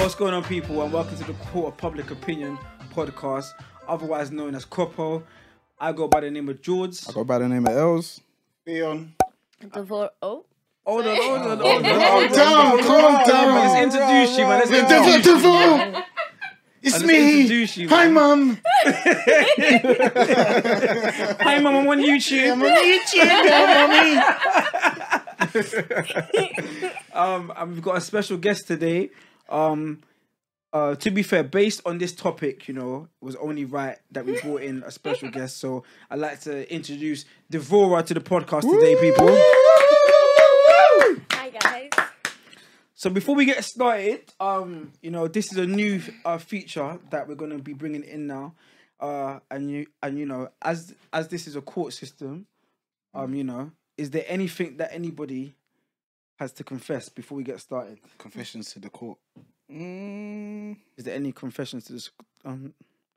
What's going on, people, and welcome to the Court of Public Opinion podcast, otherwise known as Copo. I go by the name of George. I go by the name of Els. Beyond. Before oh, Hold on, hold on, hold on. Calm down, calm Let's down. introduce you, man. Let's introduce you. Devil, It's Let's me. introduce you, Hi, man. mom. Hi, mum. I'm on YouTube. Um, and we've got a special guest today. Um, uh, to be fair, based on this topic, you know, it was only right that we brought in a special guest. So I'd like to introduce Devora to the podcast today, people. hi guys. So before we get started, um, you know, this is a new uh, feature that we're going to be bringing in now, uh, and you and you know, as as this is a court system, um, you know, is there anything that anybody has to confess before we get started? Confessions to the court. Mm, Is there any confessions to this? Um,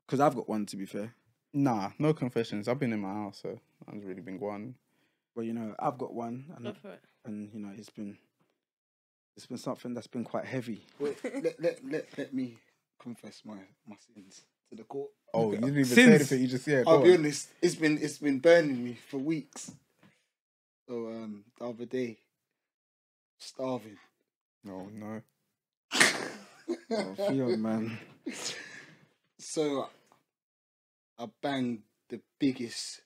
because I've got one to be fair. Nah, no confessions. I've been in my house, so I've really been going. Well, you know, I've got one, Go and for it. and you know, it's been it's been something that's been quite heavy. Wait, let, let, let, let me confess my, my sins to the court. Oh, you didn't even Since- say anything. You just yeah. I'll go be on. honest, it's been it's been burning me for weeks. So um the other day, starving. No, no. Oh, Theo, man. So I banged the biggest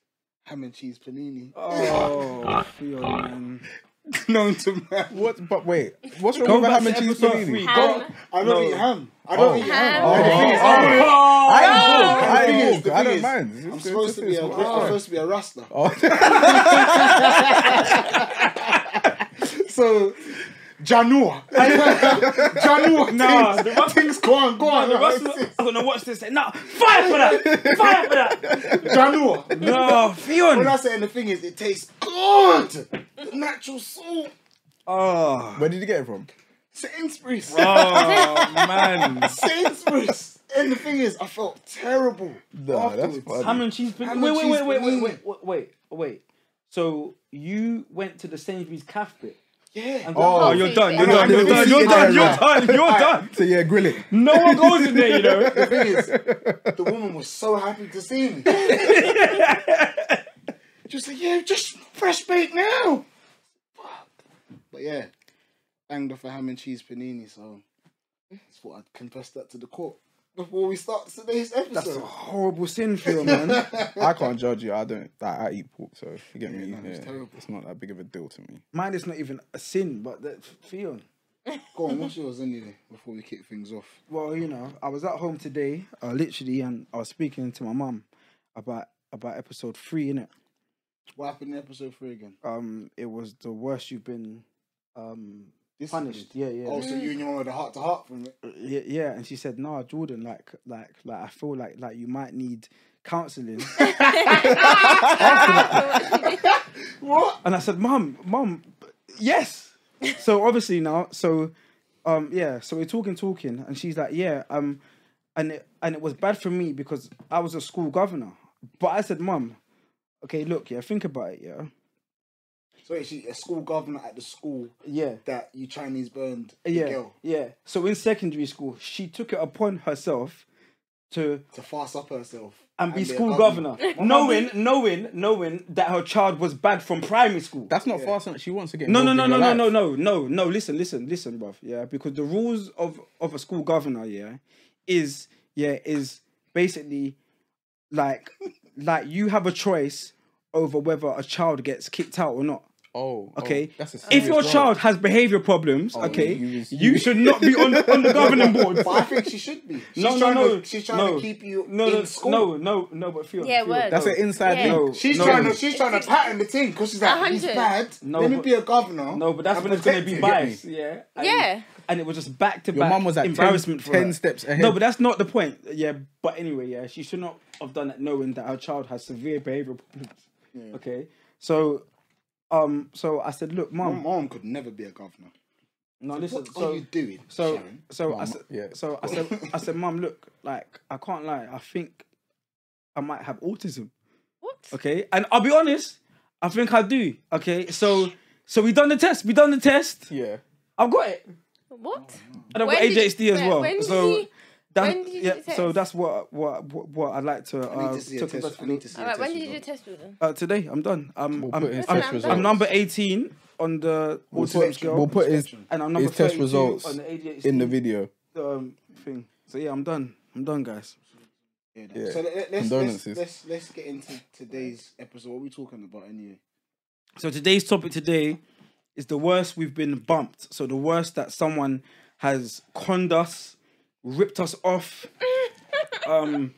ham and cheese panini Oh, Theo, man. known to man. What? But wait. What's Go wrong with back ham and to cheese episode panini? three. I Ham. I don't No. eat ham. I Oh. don't eat ham. Ham. Um, Oh, The thing is, oh, I'm- ain't cook. I The thing ain't is, cook. the I thing don't is, mind. It's- I'm it's- supposed to be it's- a it's- I'm supposed to be a rasta. So Janua. Janua. Nah, things, the Rus- things go on, go on. The rest of- I'm gonna watch this. and No, fire for that! Fire for that! Janua. No, When I Fion. say and the thing is, it tastes good. The natural salt. Oh, Where did you get it from? Sainsbury's. oh man. Sainsbury's. And the thing is, I felt terrible. Nah, that's afterwards. funny. Ham and cheese. Pan- Ham wait, and wait, cheese wait, wait, wait, panini. wait, wait, wait, wait. So you went to the Sainsbury's cafe. Yeah. Oh, you're done, you're done, you're done, you're done, you're done, you're done. So yeah, grill it. No one goes in there, you know. The thing is, the woman was so happy to see me. Just like, yeah, just fresh baked now. Fuck. But yeah, banged off a ham and cheese panini, so just thought I'd confess that to the court before we start today's That's a episode. horrible sin, Fion, man. I can't judge you. I don't. Like, I eat pork, so you get me. no, it's yeah, terrible. it's not that big of a deal to me. Mine is not even a sin, but that Fion. Go on, what's yours anyway, before we kick things off? Well, you know, I was at home today, uh, literally, and I was speaking to my mum about about episode three, innit? What happened in episode three again? Um, it was the worst you've been um This punished. Yeah, yeah. Oh, so you and your mum had a heart to heart from it. yeah, yeah, and she said, "No, Jordan, like, like, like, I feel like, like, you might need counselling." What? and I said, "Mom, mom, yes." so obviously now, so, um, yeah, so we're talking, talking, and she's like, "Yeah, um," and it, and it was bad for me because I was a school governor, but I said, "Mom, okay, look, yeah, think about it, yeah, So wait, she a school governor at the school yeah." that you Chinese burned the Yeah, girl yeah. So in secondary school, she took it upon herself to to fast up herself and be a school governor, knowing, knowing, knowing that her child was bad from primary school. That's not fast enough. She wants to get. no, no, involved no, in no, your no, life. no, no, no, no. Listen, listen, listen, bruv. Yeah, because the rules of of a school governor, yeah, is yeah is basically like like you have a choice over whether a child gets kicked out or not. Oh, oh, Okay, that's a if serious your role. child has behavior problems, okay, you- you, you- you- should not be on on the governing board. But I think she should be. She's No, no, trying no. To, she's trying no, to keep you no, in no, school. No, no, no, but feel. Yeah, feel, word. that's no. an inside Yeah. link. No. She's trying to. She's trying to pattern the thing because she's like, he's 100. bad. No, Let me but- be a governor. No, but that's and when it's gonna protect be it. biased. Yeah. And, Yeah. And it was just back to Your back mum was at 10 embarrassment for 10 her. steps ahead. No, but that's not the point. Yeah. But anyway, yeah, she should not have done that knowing that her child has severe behavioural problems. Okay. So, um, so I said, look, My mum, mom could never be a governor. no, listen. What so are you doing, so Sharon? so I Mum, said, yeah. so I said, I said, mum, look, like I can't lie, I think I might have autism. what? Okay, and I'll be honest, I think I do. Okay, so so we done the test. We done the test. Yeah. I've got it. What? And I've got When did you- ADHD as wait, well. when did so you- that, when did you yeah, do the so test? that's what what what, what I like to. I Uh, need to see a talk about. test. I need to see a test. Alright, when did you do result. test with them? Uh, today I'm done. Um, We'll I'm, put his I'm, test I'm results. I'm number 18 on the We'll autism put, scale, we'll put his and I'm number his test 32 results on the ADHD in the video. um, thing. So yeah, I'm done. I'm done, guys. Yeah. So let, let, let's, let's, Condolences. let's let's get into today's episode. What are we talking about anyway? So today's topic today is the worst we've been bumped. So the worst that someone has conned us, ripped us off, um,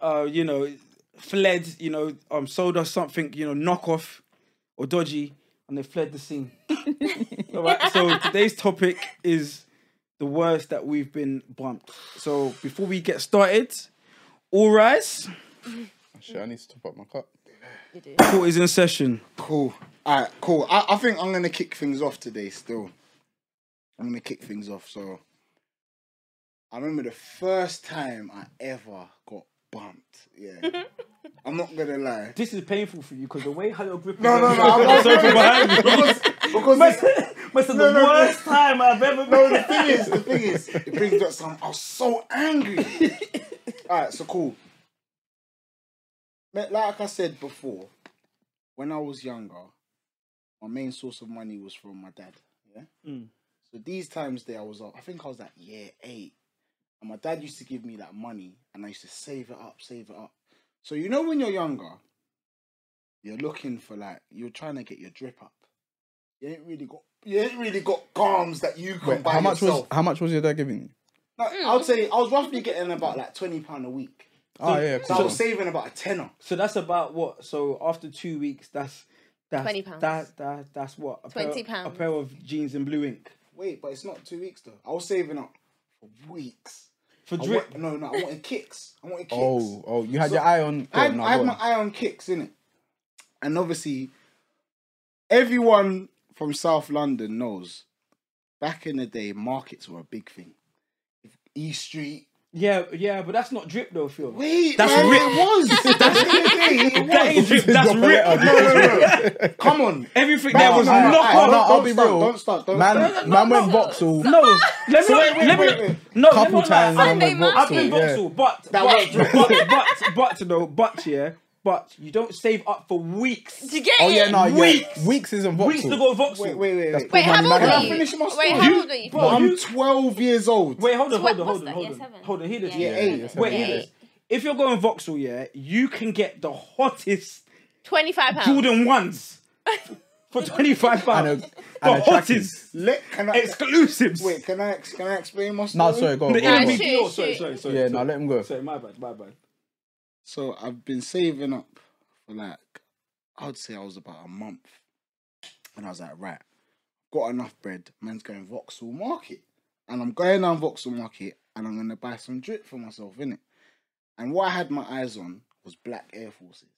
uh, you know, fled, you know, um, sold us something, you know, knockoff or dodgy, and they fled the scene. All right. So today's topic is the worst that we've been bumped. So before we get started, all rise. Shit, I need to top up my cup. Court is in session. Cool. All right, cool. I, I think I'm gonna kick things off today. Still, I'm gonna kick things off. So, I remember the first time I ever got bumped. Yeah, I'm not gonna lie. This is painful for you because the way how you're gripping. No, no, no. your- I'm not Sorry for behind you. because because it's- Must have No, the no, worst time I've ever No, been. the thing is, the thing is, it brings back some. I was so angry. All right, so cool. Ma- Like I said before, when I was younger, my main source of money was from my dad. Yeah. Mm. So these times there, I was like, I think I was like year eight, and my dad used to give me that money, and I used to save it up, save it up. So you know when you're younger, you're looking for like you're trying to get your drip up. You ain't really got you ain't really got garms that you can Wait, buy how much yourself. was how much was your dad giving you? No, I would say I was roughly getting about like twenty pound a week. Oh yeah, So I cool. was saving about a tenner. So that's about what. So after two weeks, that's that's £20 pounds. That, that that's what a pair- £20 A pounds. pair of jeans in blue ink Wait, but it's not two weeks though. I was saving up for weeks. for I drip. want- no, no, I wanted kicks. I wanted kicks. Oh, oh, you had So your eye on. I, oh, no, I go had on. my eye on kicks, innit? And obviously, everyone from South London knows back in the day, markets were a big thing. E Street. Yeah, yeah, but that's not drip though, Phil. Wait, That's man, rip. it was. Back in the day, it That ain't was. drip. That's rip. No, no, no. Come on. Everything That there was was not- knock I- off. no, I'll don't be start, real. don't start, don't man, start. man went Vauxhall No, let me wait, let me wait, wait. no let me couple not times. lie. Man Sunday, went man. I've been Vauxhall. yeah. Vauxhall, but That but, was drip. but but but though, but yeah, but you don't save up for weeks. Did you get Oh it? yeah, no, Weeks. yeah. Weeks isn't Vauxhall. Weeks to go Vauxhall. Wait, wait, wait, wait. Wait, how Money old Magnet. are Can I you? finish my story? Wait, how You- old are you? Bro, I'm you- 12 years old. Wait, hold on, What- hold on, hold what's on, that? hold Yeah, on. seven. Hold on, hear this. Yeah, yeah. yeah, yeah, Wait, yeah. hear this. If you're going Vauxhall, yeah, you can get the hottest Twenty-five pounds. Jordan ones for twenty five And pounds. a, The and a trackie. hottest Let, can I, exclusives. wait, can I, can I explain my No, story? sorry, go. on, The go on, Alright, go NBPO. on. shoot. Sorry, sorry, sorry. Yeah, sorry. no, let him go. Sorry, my bad, my bad. So I've been saving up for like, I would say I was about a month. And I was like, right, got enough bread. Man's going Vauxhall Market. And I'm going down Vauxhall Market and I'm going to buy some drip for myself, innit? And what I had my eyes on was black Air Forces.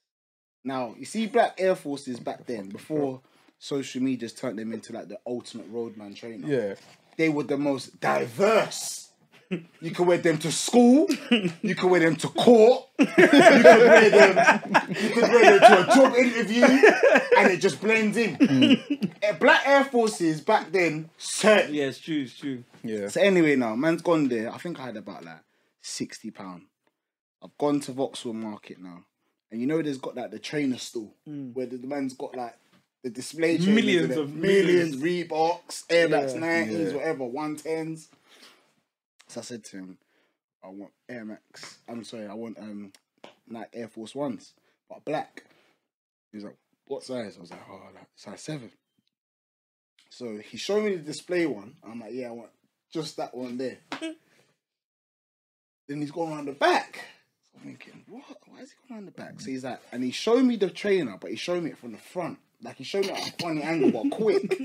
Now, you see black Air Forces back then, before social media's turned them into like the ultimate roadman trainer. Yeah, they were the most diverse. You could wear them to school. You could wear them to court. You could wear them. You could wear them to a job interview, and it just blends in. Eh, Black Air Forces back then, certainly. Yeah, it's true, it's true. yeah. So anyway, now man's gone there. I think I had about like sixty pound. I've gone to Vauxhall Market now, and you know there's got like the trainer stall where the, the man's got like the display trainers Millions in it. of millions, Reeboks, Air Max Yeah. nineties, Yeah. whatever, one tens. So I said to him, "I want Air Max. I'm sorry, I want um, like Air Force Ones, but black." He's like, "What size?" I was like, "Oh, like size seven. So he showed me the display one. I'm like, "Yeah, I want just that one there." then he's going around the back. So I'm thinking, what? Why is he going around the back? So he's like, and he showed me the trainer, but he showed me it from the front. Like he showed me at a funny angle, but quick.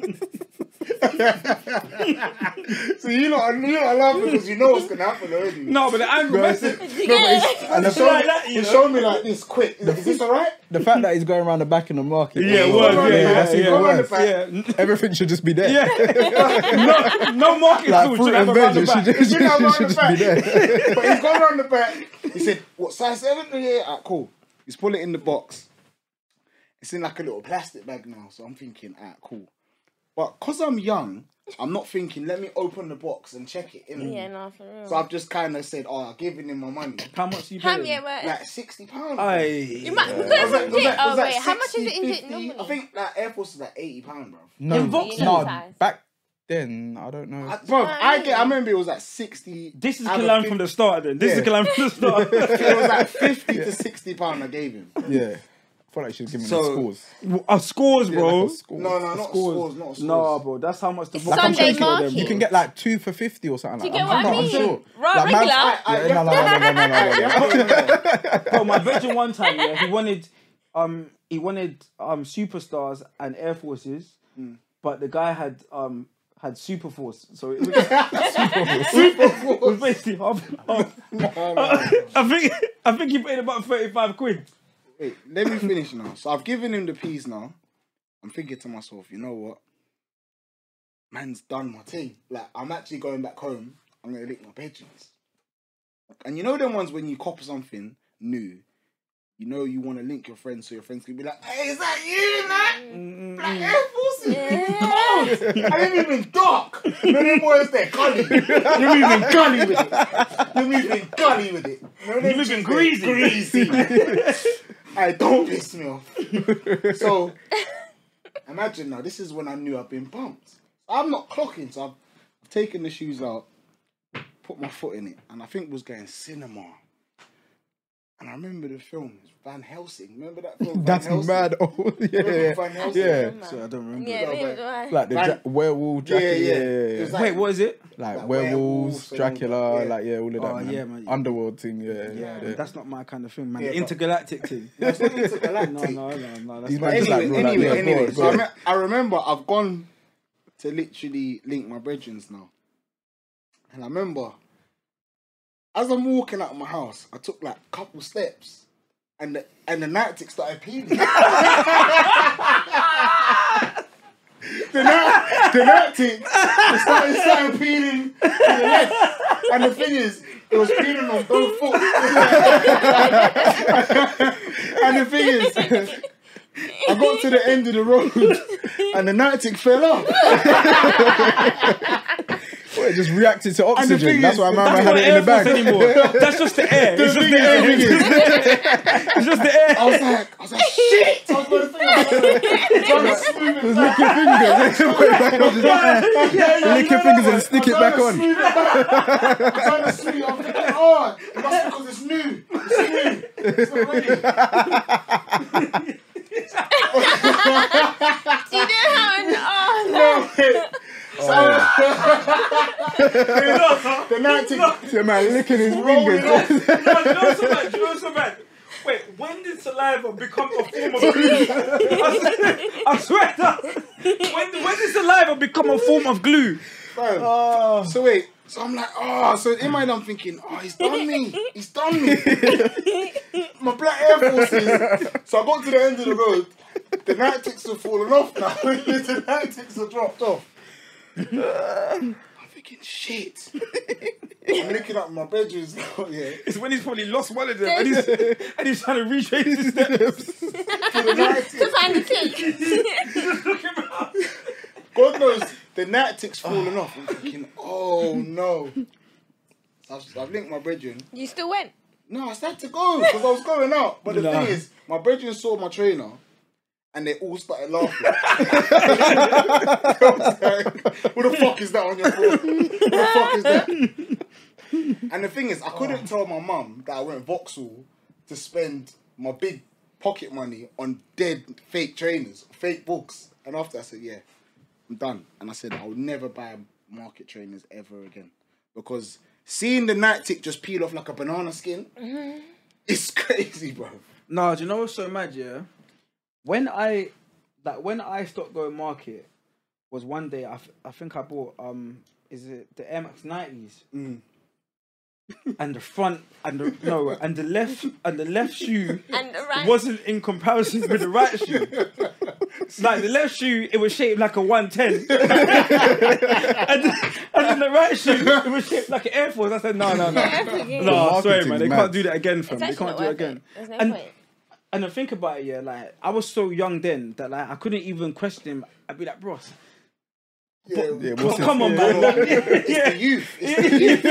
so you know, you know, I laugh because you know what's gonna happen already. No, but the angle message. Did you get it? and he showed, like that, you he know. showed me like this quick. Is, is this alright? The fact that he's going around the back in the market. Yeah, oh, it was, Go around yeah, the back, that's yeah, even go around the worse. back. Yeah. Everything should just be there. Yeah. No no market Like tool fruit should have and a round veg, the it should, back. it should, You know, it round should the just be there. but he's gone around the back. He said, "What size seven? Yeah, yeah, alright, cool." He's pulling it in the box. It's in like a little plastic bag now, so I'm thinking, "Alright, cool." But cause I'm young, I'm not thinking. Let me open the box and check it. In. Yeah, no, for real. So I've just kind of said, "Oh, I've given him my money, How much you Ham, paying? yeah, where? like sixty pounds." Aye. You might- Yeah. But- Was that- was that- Oh, was that wait, how much is it in 60, it normally? I think that Air Force is like eighty pound, bro. No, In Vauxhall no. size. Back then, I don't know. I, bro, Aye. I get. I remember it was like sixty. This is out of Kalam from 50. the start. Then this Yeah. is Kalam from the start. It was like fifty to sixty pound. I gave him. yeah, I feel like she's giving So- me scores. uh, scores, Yeah, like bro. a scores. No, no, not Scores. scores, not scores. Nah, bro, that's how much the It's box- I'm Sunday thinking of them, market. bro. You can get like two for fifty or something. you like get that. what I I'm, mean? I'm sure. Right, like, man's- regular? I- I- Yeah, no, no, no, no, no, no, no, no. Bro, my bedroom one time, yeah, he wanted, um, he wanted um superstars and air forces, but the guy had um had super force, so it was, it was basically half. half. I think I think he paid about thirty five quid. Wait, let me finish now. So I've given him the peas now. I'm thinking to myself, you know what? Man's done my thing. Like, I'm actually going back home. I'm going to lick my pigeons. And you know them ones when you cop something new, you know you want to link your friends so your friends can be like, hey, is that you, man? Black Air Forces. I didn't even duck. No, them boys, they're gully. You're moving gully with it. You're moving gully with it. No, them You're moving chicks, they're greasy. greasy. I don't piss me off. So, imagine now, this is when I knew I've been bumped. I'm not clocking, so I've taken the shoes out, put my foot in it, and I think we was going cinema. And I remember the film, Van Helsing. Remember that film? Van That's Helsing? mad. Oh, yeah, yeah, Van yeah. Helsing. I don't remember. Yeah, No, neither but- do I. Like the Van- ja- werewolf, Yeah, Dracula, yeah. yeah, yeah, yeah. It was like- Wait, what is it? like, like werewolves, werewolves and all that, Dracula, yeah. like yeah, all of that. Oh, man. yeah, man. Underworld thing, yeah, yeah. Yeah, yeah. that's not my kind of thing, man. Yeah, the but- intergalactic thing. No, it's not intergalactic. No, no, no, no. That's These my man- Just anyway, like roll out, yeah, anyway, go anyway. on, so go I, on. me- I remember I've gone to literally link my brethrens now, and I remember as I'm walking out of my house, I took like a couple steps, and the, and the nightstick started peeling. the night, the nightstick started, started peeling to the left, and the thing is, it was peeling on both foot. and the thing is. I got to the end of the road and the Niantic fell off. Well, it just reacted to the oxygen. thing That's is- why my that's man not had it in Air the Force bag. anymore. That's just the air. It's just the air. It's just the air. I was like, I was like, shit! I was going to think, I was trying to smooth it back. Lick your fingers. Lick your fingers and stick it back I was on. trying to smooth it I'm thinking, oh, that's because it's new. It's new. It's not ready. Do you know how? I know? The Niantic Yeah, man, licking his rolling fingers. off. No, you know so bad. You know so bad. Wait, when did saliva become a form of glue? I swear. that- When, when did saliva become a form of glue? Bro. So wait, so I'm like, oh, so in my head I'm thinking, oh, he's done me, he's done me. my black Air Forces. So I got to the end of the road. The night ticks were falling off now. the night ticks were dropped off. I'm thinking, shit. I'm looking up my bedrooms now, yeah. It's when he's probably lost one of them and he's, and he's trying to retrace his steps. So the night ticks- To find the key. God knows the night ticks falling off. I'm thinking, oh no. So I've, I've linked my bedroom. you still went. No, I started to go because I was going out. But the Nah. thing is, my brethren saw my trainer and they all started laughing. I was like, what the fuck is that on your foot? What the fuck is that? And the thing is, I couldn't tell my mum that I went Vauxhall to spend my big pocket money on dead fake trainers, fake books. And after I said, yeah, I'm done. And I said, I'll never buy market trainers ever again. Because seeing the night tick just peel off like a banana skin, it's crazy, bro. No, do you know what's so mad? Yeah, when I like when I stopped going market was one day. I, th- I think I bought um is it the Air Max nineties and the front and the no and the left and the left shoe And the right. wasn't in comparison with the right shoe. Like the left shoe, it was shaped like a one ten, and, the- and then the right shoe, it was shaped like an Air Force. I said, no, no, no. no, No, I'm sorry, marketing's man. They mad. can't do that again, fam. it's They can't actually not do it worth again. it. There's no And- point. And I think about it, yeah, like I was so young then that like I couldn't even question him. I'd be like, bros, Yeah, Yeah, Well, what's this? come on, man. It's the yeah. youth. It's the youth.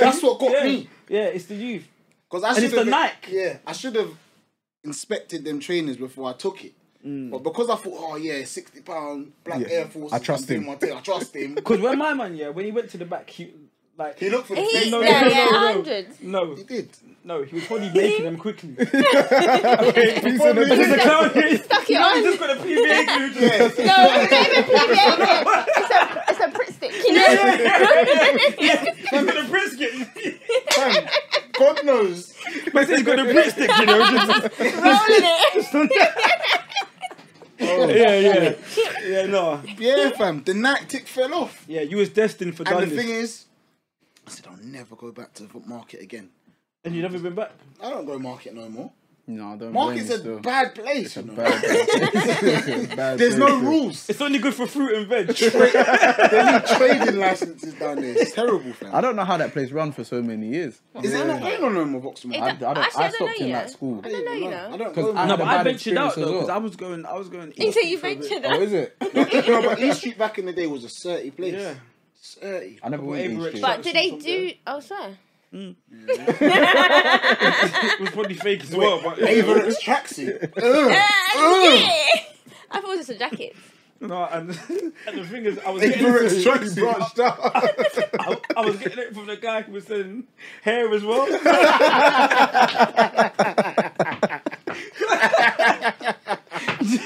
That's what got Yeah. me. yeah, it's the youth. Because I And should it's have. the Nike. Yeah, I should have inspected them trainers before I took it. But because I thought, oh yeah, sixty pound black Yeah, Air Force. I trust him. I trust him. Because when my man, yeah, when he went to the back, he, like, he looked for the He, best. No, yeah, no, yeah, no, no. hundreds. no, He did. no, he was probably making them quickly. Please send Because it. the clown, Stuck it you know, on. he's just got a PVA glue. Yeah, No, it's not even PVA. glue. It's a, it's a Pritt stick. You know? He's got a brisket. fam, God knows. But he's got a brisket, you know. just- Rolling it. yeah, yeah, yeah. No, Yeah, fam. The Nactic fell off. yeah, you was destined for And done the thing this, is, I said I'll never go back to the market again. and you never been back. I don't go market no more. No, don't Market's blame a me still. bad place. you know. Bad place. It's a bad There's no place, still. rules. It's only good for fruit and veg. Trading licenses down there. It's terrible, fam. I don't know how that place run for so many years. Is it not going on no more boxing? It I, I, don't- don't, actually, I I don't stopped know in yet. that school. I don't even No, you I know. don't Because go. I No, no, had but a I bad ventured out experience as though because well. I was going, I was going. You east say you for a bit. ventured Oh, out. is it? no, but East Street back in the day was a dirty place. Yeah. Dirty. I never went to Avery East Street. But do they Something. do? Oh, swear. It was probably fake as well, but Favorite tracksuit. Uh, Ugh. Oh. I thought it was a jacket. no. And, and the thing is, I was getting Favorite it, tracksuit. branched out. I, I was getting it from the guy who was selling hair as well. And you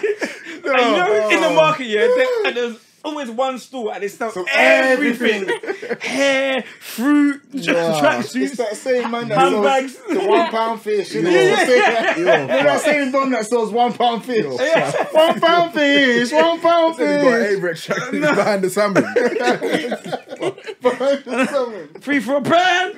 Oh. know, in the market, yeah, there, and there's always one store and it sells everything. hair, fruit, Yeah. It's tracksuits, that same man that handbags. sells the one pound fish. You know, Yeah. You know that same bum that sells one pound fish. Yeah. One pound fish. One pound He's got fish. Avery behind the salmon. Free for a brand.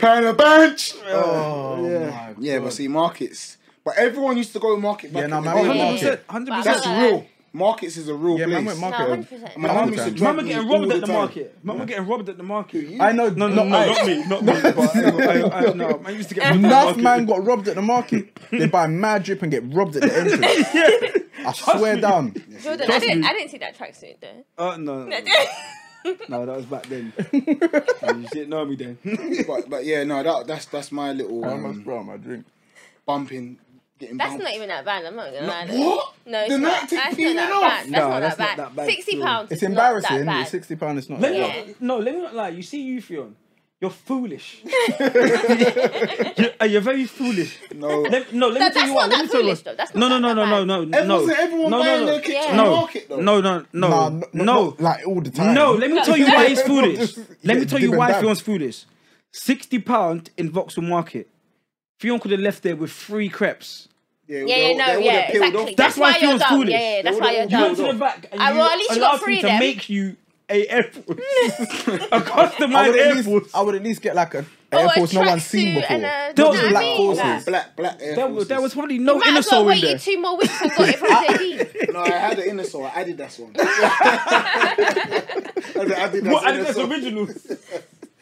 Pound a bunch. Oh, Yeah. my Yeah, God. but see markets. But everyone used to go market. Back Yeah, nah, in man, the day. we Market. market. 100%. 100%. That's Yeah. real. Markets is a real Yeah, man, place. went No, market. hundred percent. My mum used to Mama drug Mama me getting all robbed the at the time. market. Mama getting robbed at the market. I know. No, no, no, I- not me, not me. But I, I, I, no, I used to get robbed at the Enough market. man got robbed at the market. They buy mad drip and get robbed at the entrance. I swear down. Jordan, I didn't, I didn't see that tracksuit though. Uh, no, no, no, that was back then. you didn't know me then. But, but yeah, no, that, that's that's my little I um, almost brought out my drink. bumping, getting That's bumped. not even that bad. I'm not gonna lie. though. What? No, it's The not. Nactic That's not peeling that off? bad. That's, No, not, that's that bad. not that bad Sixty still. pounds. It's is not that embarrassing. bad. It's sixty pound. It's not. Let me that not, no, let me not lie. You see, you Fion, you're foolish. you're, uh, you're very foolish. No, Let, no, let No, me tell that's you what. Let me not that tell you foolish what. though. That's No, not no, that no, no, bad. no, no, Everyone- no. everyone no, buying no, their kitchen no. market though. No, no, no, Nah, no, not- not like all the time. No, let me tell you why he's foolish. Let me tell you Dip and why dab. Fion's foolish. Sixty pound in Vauxhall Market. Fion could have left there with three crepes. Yeah, Yeah, yeah, no, yeah, exactly. That's That's why why you're Fion's dumb. foolish. Yeah, yeah, that's They why you're would've- You No, went dumb. to no. the back and Ah, you well, at least you got allowed three me to then. make you a Air Force, a I customized would, at Air least, Force. I would at least get like a Oh, Air a Force no one's seen tracksuit before. and a- Those you know black what I mean? horses. Like, Black, black Air There Forces. was, there was probably you no Might inner as well soul in wait there. you two more weeks and got it from JD. No, I had an inner soul. I added that one. I had the Adidas What inner Adidas soul. originals?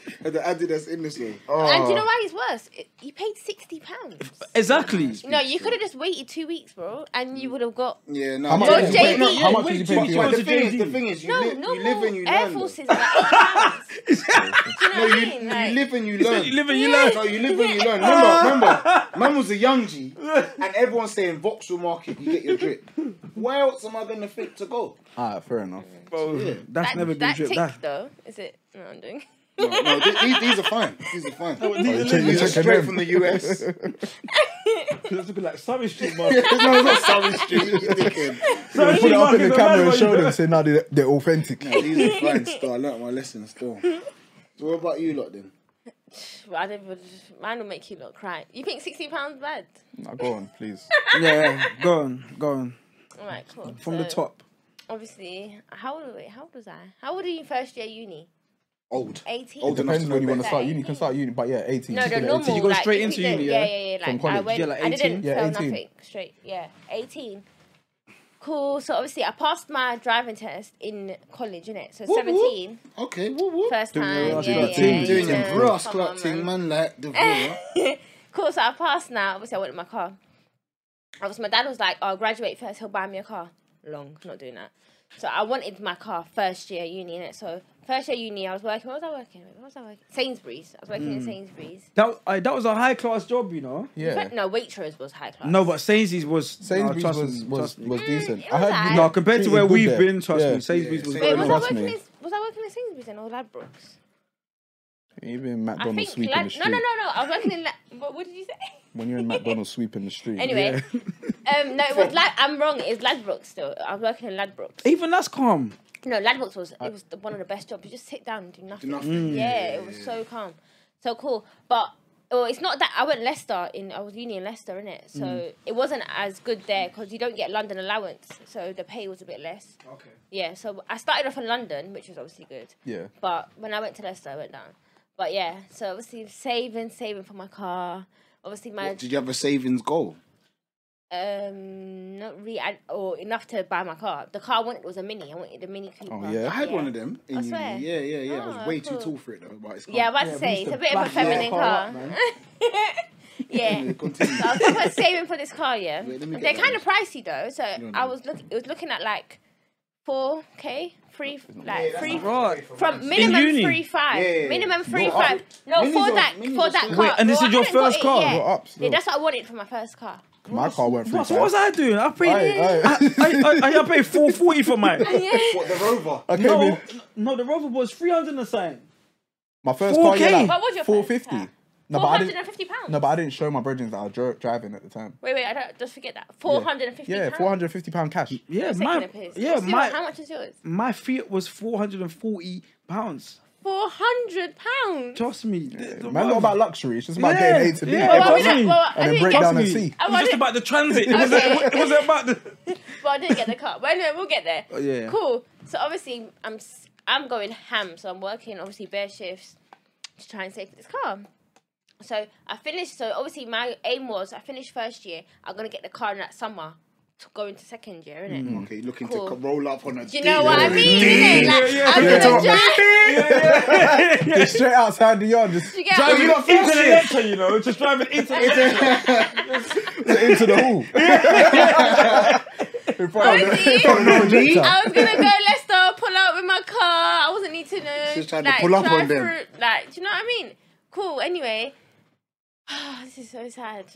I had the Adidas inner soul. And Oh. do you know why he's worse? It- You paid sixty pounds. Exactly. No, you could have just waited two weeks, bro, and Mm. you would have got Yeah, no. How much? Yo, but- did you JD. pay? but- How much Wait, did you wait, pay? wait, for But it? wait. the thing is, the thing is, you, no li- normal you live and you Air learn. though. Forces. Like, eight pounds. do you know No, what you, I mean? you Like, live and you You learn. live and you Yeah. learn. No, you live and you learn. Remember, remember, man was a young G, and everyone's saying Vauxhall Market, you get your drip. Where else am I gonna think to go? Ah, fair enough. Bro, that's that, never been that drip. tick, That. though, is it? No, I'm doing. No, no, th- these, these are fine. These are fine. these are Oh, These literally- are straight from the US. no, That's looking like Surrey Street Market. it's not Surrey Street. you dickhead. Surrey Put Street it up Market in the is a camera mad and one, you show know. them. Say no, they- they're authentic. No, these are fine. Still, I learnt my lesson. Still. So what about you lot then? Well, I don't, mine will make you look cry. You think sixty pounds bad? Nah, go on, please. Yeah, go on, go on. All right, cool. From the So, top. Obviously, how old? Wait, how old was I? How old are you in first year uni? Old. Eighteen. Old enough. Depends when you want to Like start uni. You 18. can start uni, but yeah, 18. No, just the get it normal. 18. you go like, straight into you didn't- uni, Yeah, yeah? yeah, yeah. From Like I college. went. Yeah, like I didn't 18. Yeah, fail 18. nothing. Straight. Yeah, eighteen. Cool. So obviously, I passed my driving test in college, innit? So Whoop, whoop. seventeen, Okay. Woo, woo. first Doing your time. ass Yeah, crack yeah, thing. yeah. Doing yeah. your brass Come clock on, thing, man. man. Like the viewer. cool, so I passed now. Obviously, I went in my car. Obviously, my dad was like, "Oh, graduate first. He'll buy me a car." Long, not doing that. So I wanted my car first year uni, innit? So first year uni, I was working. What was I working? What was I working? Sainsbury's. I was working Hmm. in Sainsbury's. That uh, that was a high class job, you know. Yeah. But no, Waitrose was high class. No, but Sainsbury's was Sainsbury's no, trust was, me, was, trust me. was decent. it I was heard alright. no compared to treated where good we've there. been. Trust Yeah. me, Sainsbury's was Wait, Wait, better. was I Trust working? me. In, was I working in Sainsbury's and all Ladbrokes? Even in I McDonald's think sweeping Lad- the no, street. no, no, no. I was working in. La- what, what did you say? When you're in McDonald's sweeping the street. Anyway, um, no, it was Lad- I'm wrong. It's Ladbrokes still. I was working in Ladbrokes. Even that's calm. No, Ladbrokes was it was the, one of the best jobs. You just sit down and do nothing. nothing. Mm. Yeah, it was so calm, so cool. But well, it's not that I went Leicester in I was uni in Leicester, in it, so Mm. it wasn't as good there because you don't get London allowance, so the pay was a bit less. Okay. Yeah, so I started off in London, which was obviously good. Yeah. But when I went to Leicester, I went down. But yeah, so obviously saving, saving for my car. Obviously my What, did you have a savings goal? um not really I, or enough to buy my car. The car I wanted was a mini. I wanted a mini Oh, Cooper. yeah? I had one of them. In I uni. swear. Yeah, yeah, yeah. I Ah, was way cool. too tall for it though. But it's Yeah, I was about Yeah, to we say used it's to a bit of a back that feminine car car. up, man. yeah. Continue. I was thinking about saving for this car, yeah. Wait, let me get They're that kind of list. pricey though, so no. I was look. It was looking at like four k, three like three Right. from uni? minimum three five, Yeah, yeah, yeah. minimum three No, I- five. No, minis for are- that minis for are that still- car. Wait, and this Well, is I your hadn't got first it car? yet. You're up still. Yeah, that's what I wanted for my first car. My car went through. What, what was I doing? I paid. Aye, I, I, I, I paid four forty for mine. What the rover? Okay, no, no, the Rover was three hundred and something. My first car, 4K. yeah, like What was your first 450. car? No, but Four I hundred didn't. and fifty pounds. No, but I didn't show my brethren that I was dri- driving at the time. Wait, wait, I don't. Just forget that. Four hundred and fifty. Yeah, four hundred fifty pound cash. Yeah, My, my yeah How my much is yours? my Fiat was four hundred and forty pounds. Four hundred pounds. Trust me. Man, not about luxury. It's just about Yeah, getting A to B. yeah. and Well, then we don't- see, well, I and then think break it down Trust and me. see. It was just about the transit. It wasn't, Okay. it wasn't about the. but I didn't get the car. But anyway, we'll get there. Oh, yeah. Cool. So obviously, I'm s- I'm going ham. So I'm working obviously bare shifts to try and save for this car. So I finished. So obviously, my aim was I finished first year. I'm gonna get the car in that summer to go into second year, innit? Mm-hmm. Okay, looking Mm. Cool. to co- roll up on a. Do you know what I mean? innit? Like, Yeah, yeah, I'm yeah. gonna Yeah. drive. Just straight outside the yard, just You get Drive what you I'm up Into into the lecture, you know, just driving into the into the hall. In front of the, saying? in front of the projector. I was gonna go Leicester, pull out with my car. I wasn't need to know. She's trying to pull up drive on them. through- Like, do you know what I mean? Cool. Anyway, this is so sad.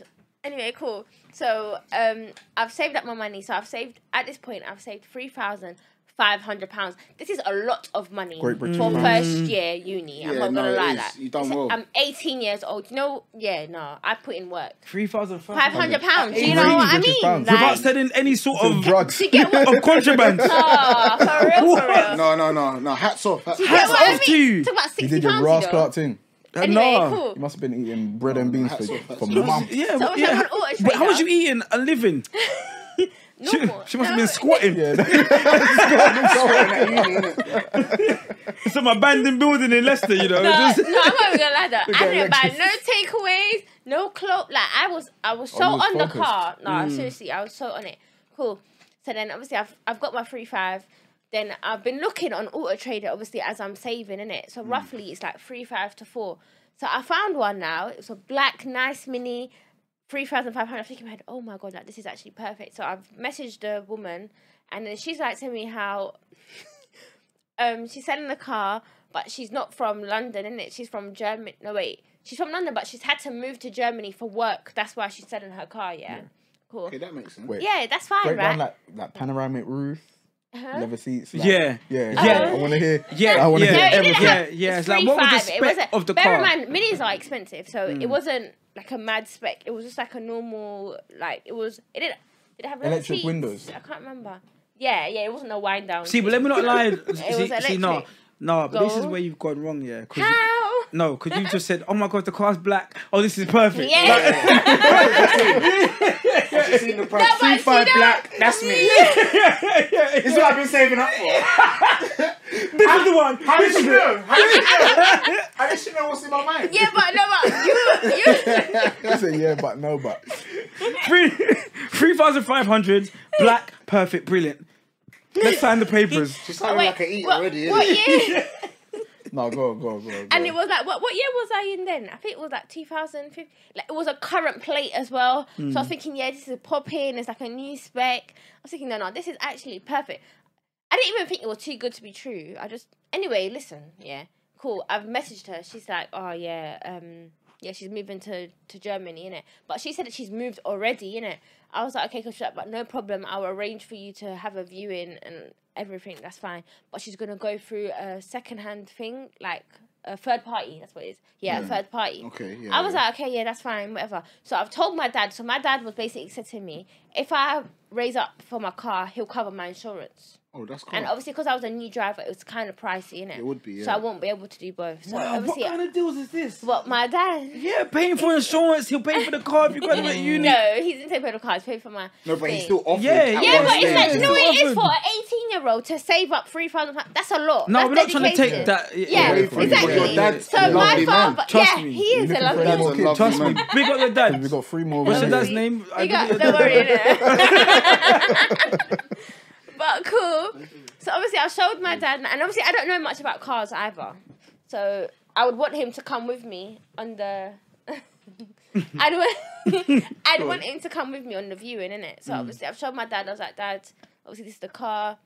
Anyway, cool. So, um, I've saved up my money. So I've saved at this point. I've saved three thousand five hundred pounds. This is a lot of money Great British for pounds. first year uni. I'm Yeah, not no, gonna it lie. is. That You done It's- well. I'm 18 years old. You know, yeah, no, I put in work. Three thousand Five hundred pounds. You know Really, what I British mean? pounds. Without Like, selling any sort Um, of drugs. do you get what of contraband. Oh, for real, for real. No, no, no, no. Hats off. Hats You get Hats what I off mean? to you. Talk about You 60 did your pounds, Ross you know. Clark thing. Anyway, Nah. cool. You must have been eating bread and beans for, Hats off, hats for off. months. Yeah, So but it's like yeah. an auto But how trader. was you eating and living? She, Normal. she must have No, been squatting. Yeah, It's some abandoned building in Leicester, you know. No, no, I'm just- not even gonna lie though. I guy didn't buy like- no takeaways, no clothes. Like I was, I was so Oh, you was on the focused. Mm. car. No, seriously, I was so on it. Cool. So then, obviously, I've I've got my three five. Then I've been looking on Auto Trader, obviously, as I'm saving in it. Mm. So roughly, it's like three five to four. So I found one now. It was a black, nice mini. 3,500. I'm thinking in my head, oh my god, like this is actually perfect. So I've messaged the woman, and then she's like telling me how um she's selling the car, but she's not from London, is it? She's from Germany. No wait, she's from London, but she's had to move to Germany for work. That's why she's selling her car. Yeah, cool. Okay, that makes sense. Wait. Yeah, that's fine, Break right? Uh-huh. down like, like panoramic roof, leather seats. like- Yeah. Yeah. Yeah. I want to hear. Yeah, I want to yeah. hear No, it everything. didn't have- Yeah, yeah, it's like, what was the 3.5. spec It wasn't- of the bear car? Hmm. in mind, minis are expensive, so it wasn't like a mad spec. It was just like a normal, like it was. It didn't. Did it have leather Electric seats? windows. I can't remember. Yeah, yeah, it wasn't a wind down. See, but let me not lie. see, was see, no, electric. no, but this is Go. where you've gone wrong, yeah. 'cause you- How? no, because you just said, oh my god, the car's black. Oh, this is perfect. Yeah. Like, I've seen the price. but Three see five that- black. That's me. This is what I've been saving up for. this is the one. How did you know? How did you know? How did you know what's in my mind? Yeah, but no, but you, you. I said, yeah, but no, but. Three, 3,500, black, perfect, brilliant. Let's sign the papers. She sounded Oh, Wait, like an eat what, already. what innit? year? No, go, go, go. go. And it was like, what, what year was I in then? I think it was like 2015. Like, it was a current plate as well. So Mm. I was thinking, yeah, this is popping. It's like a new spec. I was thinking, no, no, this is actually perfect. I didn't even think it was too good to be true. I just anyway, listen, yeah, cool. I've messaged her. She's like, oh yeah, um, yeah, she's moving to to Germany, innit? But she said that she's moved already, innit? I was like, okay, cool, she's like, but no problem. I'll arrange for you to have a viewing and everything. That's fine. But she's gonna go through a second hand thing, like a third party. That's what it is. Yeah, a third party. Okay, yeah. I was like, okay, yeah, that's fine, whatever. So I've told my dad. So my dad was basically said to me, if I raise up for my car, he'll cover my insurance. oh, that's cool. And obviously, because I was a new driver, it was kind of pricey, innit? It would be, So yeah. I won't be able to do both. So Wow, what Oh, obviously, kind of deals is this? but my dad. Yeah, paying for insurance. He'll pay for the car if you graduate uni. No, he didn't take credit cards. Paid for my. no, but he's thing. still offered. Yeah, at yeah, Yeah, one but it's stage. like, you it's know what not it is often. for an 18 year old to save up £3,000? That's a lot. No, That's we're not trying to dedication. take that. Yeah, Yeah, away from you. exactly. Your dad's so a my lovely man. father, Trust yeah, me. he is a Looking for lovely that man. book. He's a Trust me. lovely man. Big up your dad. We got three more. What's your minutes. dad's name? I You give you got, your don't dad. worry, innit? but cool. So obviously, I showed my dad, and obviously, I don't know much about cars either. So I would want him to come with me on the. I'd want, I'd want him to come with me on the viewing, innit? So obviously, I've showed my dad. I was like, Dad, obviously, this is the car.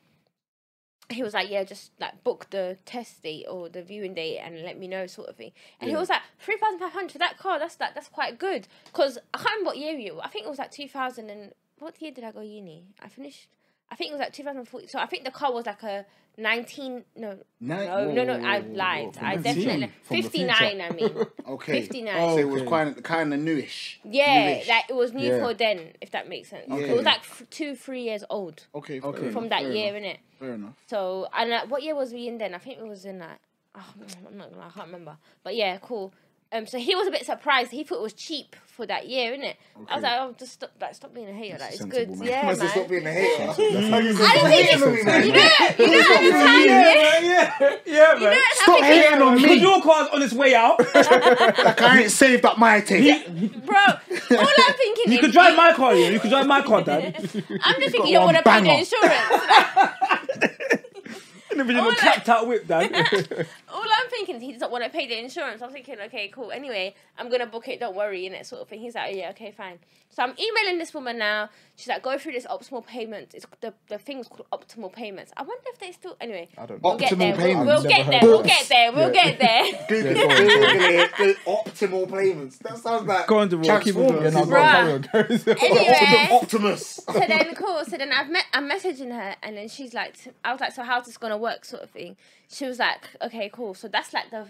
He was like, Yeah, just like book the test date or the viewing date and let me know, sort of thing. And he was like, three thousand five hundred. That car, that's that, that's quite good. Cause I can't remember what year you. I think it was like two thousand and what year did I go uni? I finished. I think it was like two thousand fourteen. So I think the car was like a nineteen. No, Nine- no, whoa, no, no. whoa, I whoa, whoa, lied. whoa. I the future. definitely From the fifty nine. I mean, Okay. 59. So it was Okay. quite kind of newish. yeah, Newish. like it was new Yeah. for then, if that makes sense. Okay. It was like f- two, three years old Okay. Okay. Fair from enough, that fair year, Enough, innit? fair enough. So, and uh, what year was we in then? I think it was in like, oh, I'm not gonna, lie, I can't remember. But yeah, cool. Um, so he was a bit surprised. He thought it was cheap for that year, innit? I Okay. was like, oh, just stop, like, stop being a hater. Like, it's sensible, good. man. Yeah, Must have stopped man. being a hater. That's how you I don't think hating on me, man. it's, you know, you know, at the time, yeah. Yeah, yeah, yeah, man. Stop hating on Because your car's on its way out. Like I ain't saved up my tape. Bro, all I'm thinking You is, could drive my car, yeah. You could drive my car, dad. I'm just thinking got you don't one want to pay the banger. insurance. In the original capped out whip, dad. all I'm thinking is he doesn't want to pay the insurance. I'm thinking, okay, cool. Anyway, I'm gonna book it. Don't worry, and that sort of thing. He's like, oh, yeah, okay, fine. So I'm emailing this woman now. She's like, go through this optimal payment. It's the the thing's called optimal payments. I wonder if they still anyway. I don't We'll know. Oh, get Optimal there. We'll, payments. we'll Never get heard there. of We'll that. get there. We'll Yeah. get there. Yeah, go on, Google Google it. The optimal payments. That sounds like Go on, Deborah, keep it Yeah, going. no, Transformers. go on, carry on, carry on. Anyway. Optim- Optimus. so then cool so then i've met i'm messaging her and then she's like t- i was like so how's this gonna work sort of thing she was like okay cool so that's like the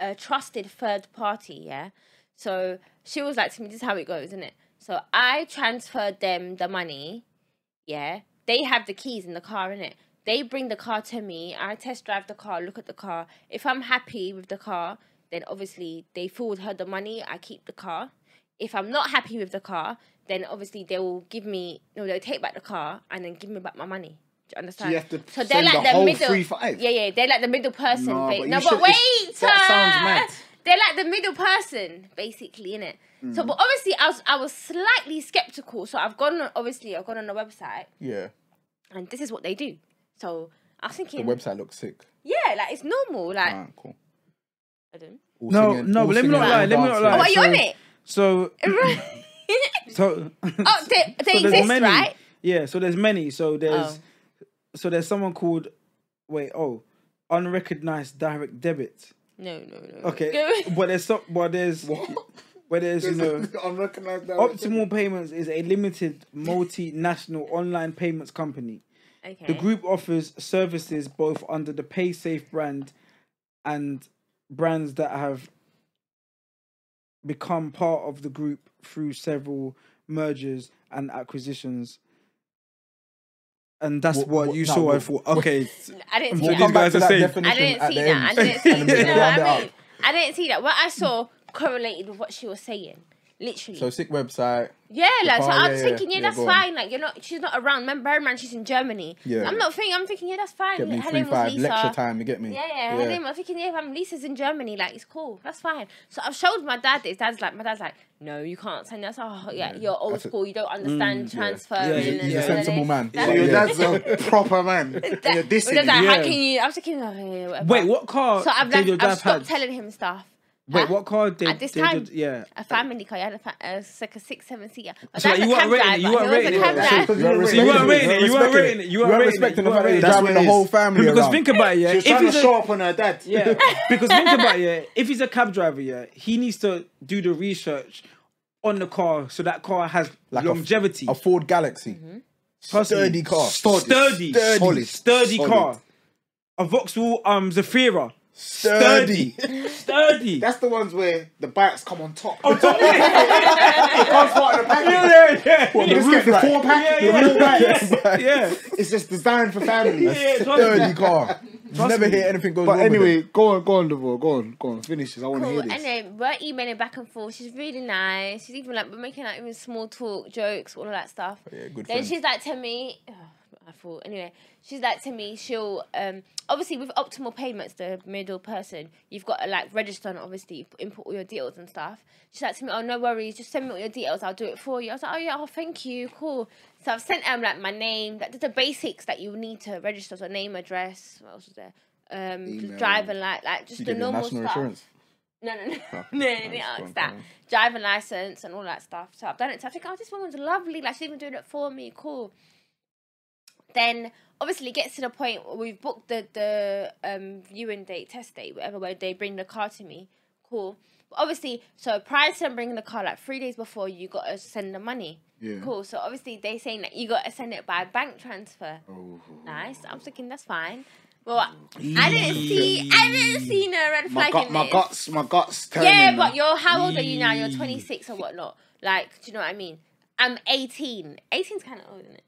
uh, trusted third party yeah so she was like to me this is how it goes isn't it so i transferred them the money yeah they have the keys in the car in it they bring the car to me i test drive the car look at the car if i'm happy with the car then obviously they forward her the money i keep the car if i'm not happy with the car then obviously they will give me no they'll take back the car and then give me back my money do you understand? you have to send the whole 3-5? Yeah, yeah, they're like the middle person. Nah, ba- but no, you but should- wait, it's- that sounds uh, mad. They're like the middle person, basically, innit? So, but obviously, I was I was slightly skeptical. So I've gone on, obviously I've gone on the website, Yeah, and this is what they do. So I was the thinking, website looks sick. yeah, like it's normal. Like, Alright, cool. I don't. All No, singing- no, all but let me not singing lie, and let me not dancing. lie. Oh, are you so- on it? So, Right. so, oh, they they so there's exist, many. right? Yeah, so there's many. So there's Oh. so there's someone called wait oh unrecognized direct debit. No, no, no. no. Okay, Go- but there's some but there's where there's you know. Unrecognized Optimal Payments is a limited multinational online payments company. okay. The group offers services both under the PaySafe brand and brands that have become part of the group through several mergers and acquisitions. And that's What- what, what- you no, saw. I what- thought, okay, I didn't see We'll that. come back guys to are that saying- definition I didn't at see the that. I end. didn't see And then you we know round what it I up. mean? I didn't see that. What I saw correlated with what she was saying. Literally. So sick website. yeah, like so car, I yeah, was yeah, thinking, yeah, yeah, that's go on. fine. Like you're not she's not around. Remember, bear in mind she's in Germany. Yeah. I'm not thinking I'm thinking, yeah, that's fine. Get me her three name was five Lisa. lecture time. You get me? Yeah, yeah, her name. I'm thinking, yeah, if I'm Lisa's in Germany, like it's cool, that's fine. So I've showed my dad this. Dad's like, my dad's like, no, you can't send that. Oh, yeah, you're old That's Mm, it. school. You don't understand transfer. Yeah, and- he's a and- and- sensible man. That's- So Your Yeah. dad's a proper man. And that- You're my dad's dissing. like, him. how Yeah. can you? I'm thinking, oh, yeah, whatever. wait, what car So I've did like, your I've dad have? stopped telling him stuff. Wait, what car did At this they time? did- yeah. A family car, you had a, fa- uh, it's like a six, seven seater. But So, like, that's you a weren't cab rating it, driver. you weren't He rating was a it. cab Yeah, driver. Because you So you weren't So you weren't respecting it, rating it. You weren't rating it. You You weren't weren't rating it. respecting you the weren't fact that he's rating it. driving the whole family Because around. think about it, yeah. She was If trying to he's a, show up on her dad. yeah, because think about it, yeah. If he's a cab driver, yeah, he needs to do the research on the car so that car has Like a- longevity. a Ford Galaxy. Mm-hmm. Trust me. Sturdy car. Sturdy. Sturdy. Sturdy, Solid. Solid. car. A Vauxhall um Zafira. Sturdy. Sturdy. That's the ones where the bikes come on top. On top. it comes part of the package. yeah, yeah. the Let's get roof the rack. four pack. Yeah, The real yeah. bikes. yeah. It's just designed for families. Yeah, trust me. Sturdy car. You never hear anything go But wrong with anyway, go on, go on, Devor, go on, go on. Finish this. I want to hear Cool. this. Anyway, we're emailing back and forth. She's really nice. She's even like we're making like even small talk, jokes, all of that stuff. Oh, Yeah, good Then friends. she's like to me, oh, I thought anyway. She's like to me. She'll um obviously with optimal payments, the middle person, you've got to like register and obviously input all your deals and stuff. She's like to me, oh no worries, just send me all your details. I'll do it for you. I was like, oh yeah, oh thank you, cool. So I've sent um like my name, like just the basics that you need to register, so name, address, what else was there, um, Email. driving light, like just You the get your normal national stuff. insurance. No, no, no, Oh, no, they didn't nice, go on, ask that. carry on. Driving license and all that stuff. So I've done it. So I think, oh, this woman's lovely. Like she's even doing it for me. Cool. Then obviously it gets to the point where we've booked the the um viewing date, test date, whatever. Where they bring the car to me. Cool. But obviously, so prior to them bringing the car, like three days before, you got to send the money. Yeah. Cool. So obviously they saying that you got to send it by bank transfer. Oh. Nice. I'm thinking that's fine. Well, I didn't see. I didn't see no red My, flag gut, in my this. guts, my guts turning. Yeah, man. but you're how old are you now? You're 26 or whatnot. Like, do you know what I mean? I'm 18. 18's kind of old, isn't it?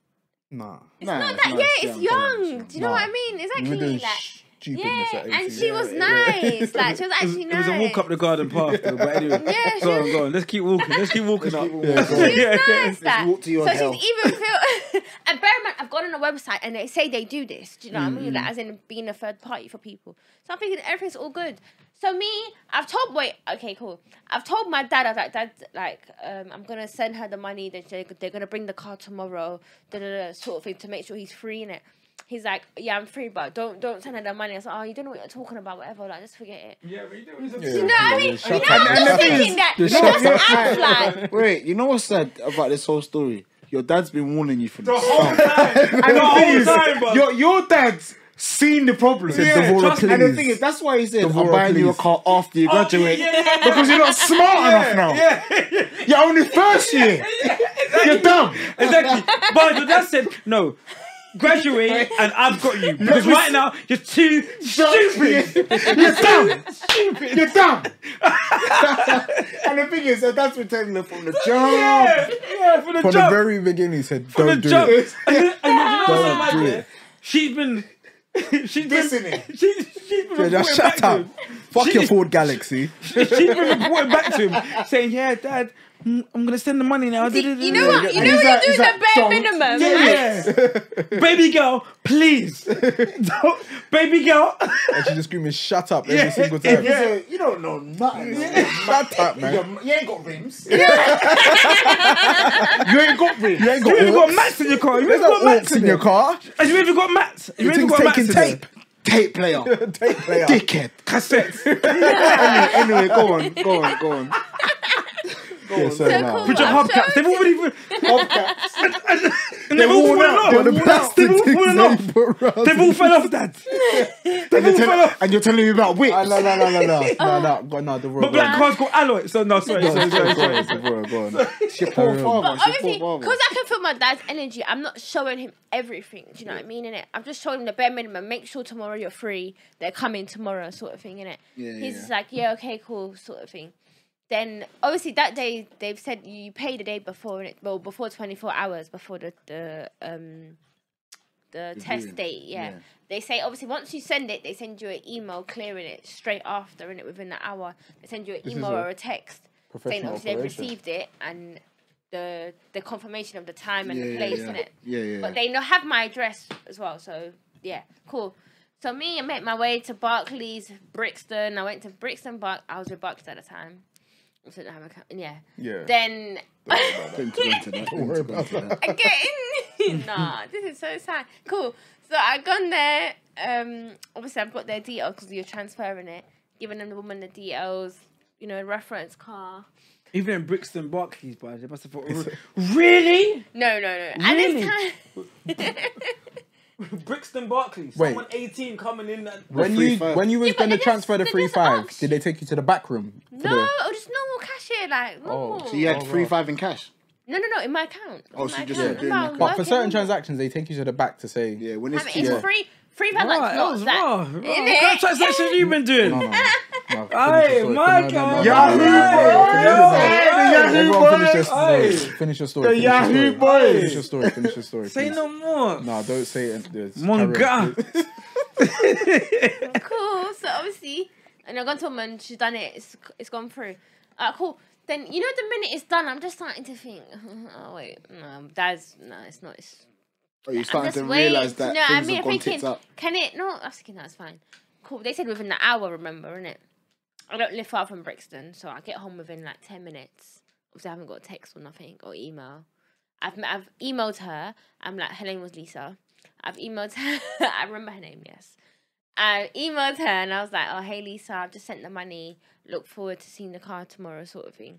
Nah. Nah, Not it's that, Ah, nice, yeah, it's I'm young. Do you know Nah. what I mean? You were doing Exactly. Like, stupidness yeah, at 18. and she was Yeah, nice. Like, she was It was, actually it nice. was a walk up the garden path, though, but anyway. Yeah, go on, go on. Let's keep walking. Let's keep walking Let's up. keep walking. Yeah, go on. She's nice, like. walk to your so hell. she's even feel. and bear in mind, I've gone on a website and they say they do this. Do you know what I mean? Like, as in being a third party for people. So I'm thinking everything's all good. So me, I've told wait, okay, cool. I've told my dad. I was like, dad, like, um, I'm gonna send her the money. That they they're gonna bring the car tomorrow. Da da da, sort of thing to make sure he's free in it. He's like, yeah, I'm free, but don't don't send her the money. I was like, oh, you don't know what you're talking about, whatever. Like, just forget it. Yeah, but you know, it's a- You know what I mean? You know, I'm And- and just the thing is, thinking that. the You shop- just act like. Wait, you know what's sad about this whole story? Your dad's been warning you for this. And the whole time, bro. Your your dad's seen the problem. Yeah, Devora, trust me. and the please. thing is, that's why he said, Devora, "I'm buying you a please. car after you graduate Oh, yeah, yeah, yeah. because you're not smart enough now. You're only first year. You're dumb. Exactly. But your dad said, no, graduate and I've got you. Because right now, you're too stupid. You're dumb. You're dumb." and the thing is, that that's been telling her from the jump. Yeah, yeah, for the From the job. very beginning, he said, For don't the do job. it. And then, and then, you know what's so Don't mad, do yeah? it. She's been. She's been, Dissing it. she's, she's been Yeah, just reporting back shut to up. him. Fuck your Ford Galaxy. She's been reporting back to him saying, "Yeah, Dad, mm, I'm gonna send the money now." You know what? You know he's when like- you do he's the like, bare "Don't." minimum. Yeah, right? yeah. baby girl, please, Don't- baby girl. And she just screaming, shut up every Yeah, single time. yeah. So, you don't know nothing. Shut up, man. You're- You ain't got rims. you ain't got rims. You ain't You even got got orcs. mats in your car. You There's even no got mats orcs in in there. your car. Have you even got mats? You even Things got mats taking in there. tape. Tape player. Tape player. Dickhead. Cassettes. anyway, go on, go on, go on. Yeah, sorry, So nah. cool. Put your I'm hubcaps. sure They've already. Hubcaps. And they've all worn fallen out. off. But the They've plastic all things fallen off. they put around They've all fell off, Dad. They've all You're fell tell- off. and you're telling me about whips. Ah, no, no, no, no, no, no, no, go- no, the But wrong black cars one. got alloy. So no, sorry, sorry, sorry, sorry. Go on, go on. It's your poor father. But It's your obviously, poor because father. I can feel my dad's energy, I'm not showing him everything. Do you know what I mean? In it, I'm just showing him the bare minimum. Make sure tomorrow you're free. They're coming tomorrow, sort of thing. In it, Yeah, yeah, he's yeah. just like, yeah, okay, cool, sort of thing. Then obviously that day they've said you pay the day before, and it well before 24 hours before the the um the viewing. test date. Yeah. Yeah. they say obviously once you send it, they send you an email clearing it straight after, and it within the hour they send you an email a or a text saying professional obviously they've operation. received it and the the confirmation of the time and Yeah, the yeah, place yeah. in it. Yeah, yeah, But they know have my address as well, so yeah, cool. So me, I made my way to Barclays, Brixton. I went to Brixton, Bar- I was with Barclays at the time. I didn't have a account. Yeah. Yeah. Then Don't go into that, don't worry go into that. I get in. nah, this is so sad. Cool. So I gone there. Um, obviously I've got their details because you're transferring it, giving them the woman the details. you know, reference car. Even in Brixton Barclays, but they must have thought, really? No, no, no. Really? And it's kind Brixton Barclays. Wait. Someone 18 coming in. And... When you 3-5. when you was Yeah, but going to they just- transfer the they three just five, asked. did they take you to the back room? for no, the- or just normal cashier, like normal. so So you had Oh, three wow. five in cash. No, no, no, in my account. Oh, In so my you just account. said doing No, the But I'm for working. certain transactions, they take you to the back to say, Yeah, when I it's mean, two. it's Yeah. free, free by Right, like that was not that. rough. Right. Isn't What kind of it? transactions you been doing? no, no, no, no, Aye, finish your story. my No, no, no, God. no, Yo, no, no, no, no, hey, no, the no, no, no, Yahoo everyone finish your boys, aye. story. Finish your story. The finish your story. Yahoo boys. Finish your story. Finish your story. Say please. no more. No, don't say it. Just carry on. Monga. cool. So obviously, and I've gone to a woman. She's done it. It's it's gone through. Uh, cool. Then you know the minute it's done, I'm just starting to think. Oh wait, no, that's no, it's not. It's, Oh, you're I'm starting just to waiting. realise that no, I things mean, have I'm gone thinking, tits up. can it? No, I was thinking that's fine. Cool. They said within an hour. Remember, innit? I don't live far from Brixton, so I get home within like ten minutes. Obviously, I haven't got a text or nothing or email. I've I've emailed her. I'm like, her name was Lisa. I've emailed her. I remember her name. Yes. I emailed her and I was like, "Oh, hey Lisa, I've just sent the money. Look forward to seeing the car tomorrow, sort of thing."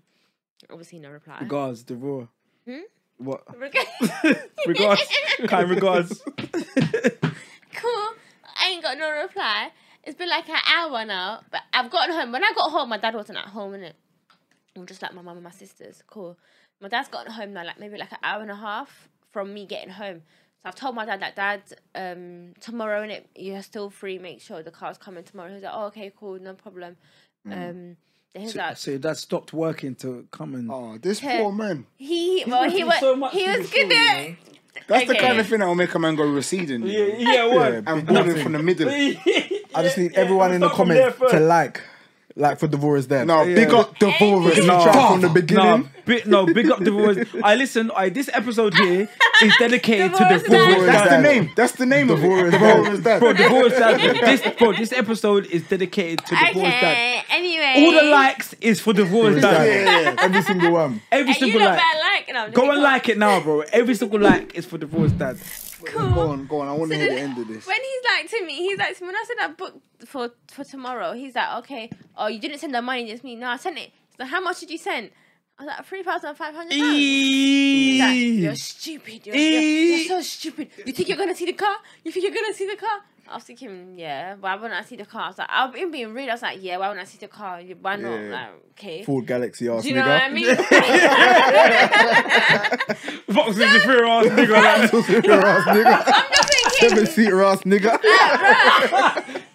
Obviously, no reply. Regards, the raw. Hmm? What? Reg- regards. kind regards. cool. I ain't got no reply. It's been like an hour now, but I've gotten home. When I got home, my dad wasn't at home, innit? I'm just like my mum and my sisters. Cool. My dad's gotten home now, like maybe like an hour and a half from me getting home. So I've told my dad, like, Dad, um, tomorrow, innit, you're still free. Make sure the car's coming tomorrow. He's like, oh, okay, cool, no problem. Um, then he's Mm. so, like, so your dad stopped working to come and. Oh, this Okay. poor man. he, well, he Thank you was, so much he for was the good story, at, man. That's the Okay. kind of thing that will make a man go receding. you Yeah, know, yeah, what? Yeah, And big boarding nothing. from the middle. I just need everyone in the comment to like, like for Devora's there. No, big up the Boris. If you No. try from the No, beginning. big, no, big up the voice. I listen. I this episode here is dedicated to the Divorce Dad. voice. That's the Dad. name. That's the name of Boris it. The Dad. Boris Dad. Bro, the voice dad. This bro, this episode is dedicated to the voice dad. okay, anyway. All the likes is for the voice Yeah, dad. yeah, yeah. Every single one. Every And you single know like. better like, no, Go and like it now, bro. Every single like is for the voice dad. Cool. Go on, go on. I want to hear the end of this. When he's like to me, he's like, when I said I booked for for tomorrow, he's like, okay, oh, you didn't send the money, just me. No, I sent it. So how much did you send? I was like, three thousand five hundred. pounds. He's like, you're stupid. You're, you're- you're so stupid. You think you're gonna see the car? You think you're gonna see the car? I was thinking, yeah, why wouldn't I see the car? I was like, I've been being real. I was like, yeah, why wouldn't I see the car? Why not? Yeah. Like, okay. Ford Galaxy ass Do you know nigga. what I mean? Box is a fear ass nigga. Seven-seater ass nigga. I'm just thinking, Seven seater ass nigga.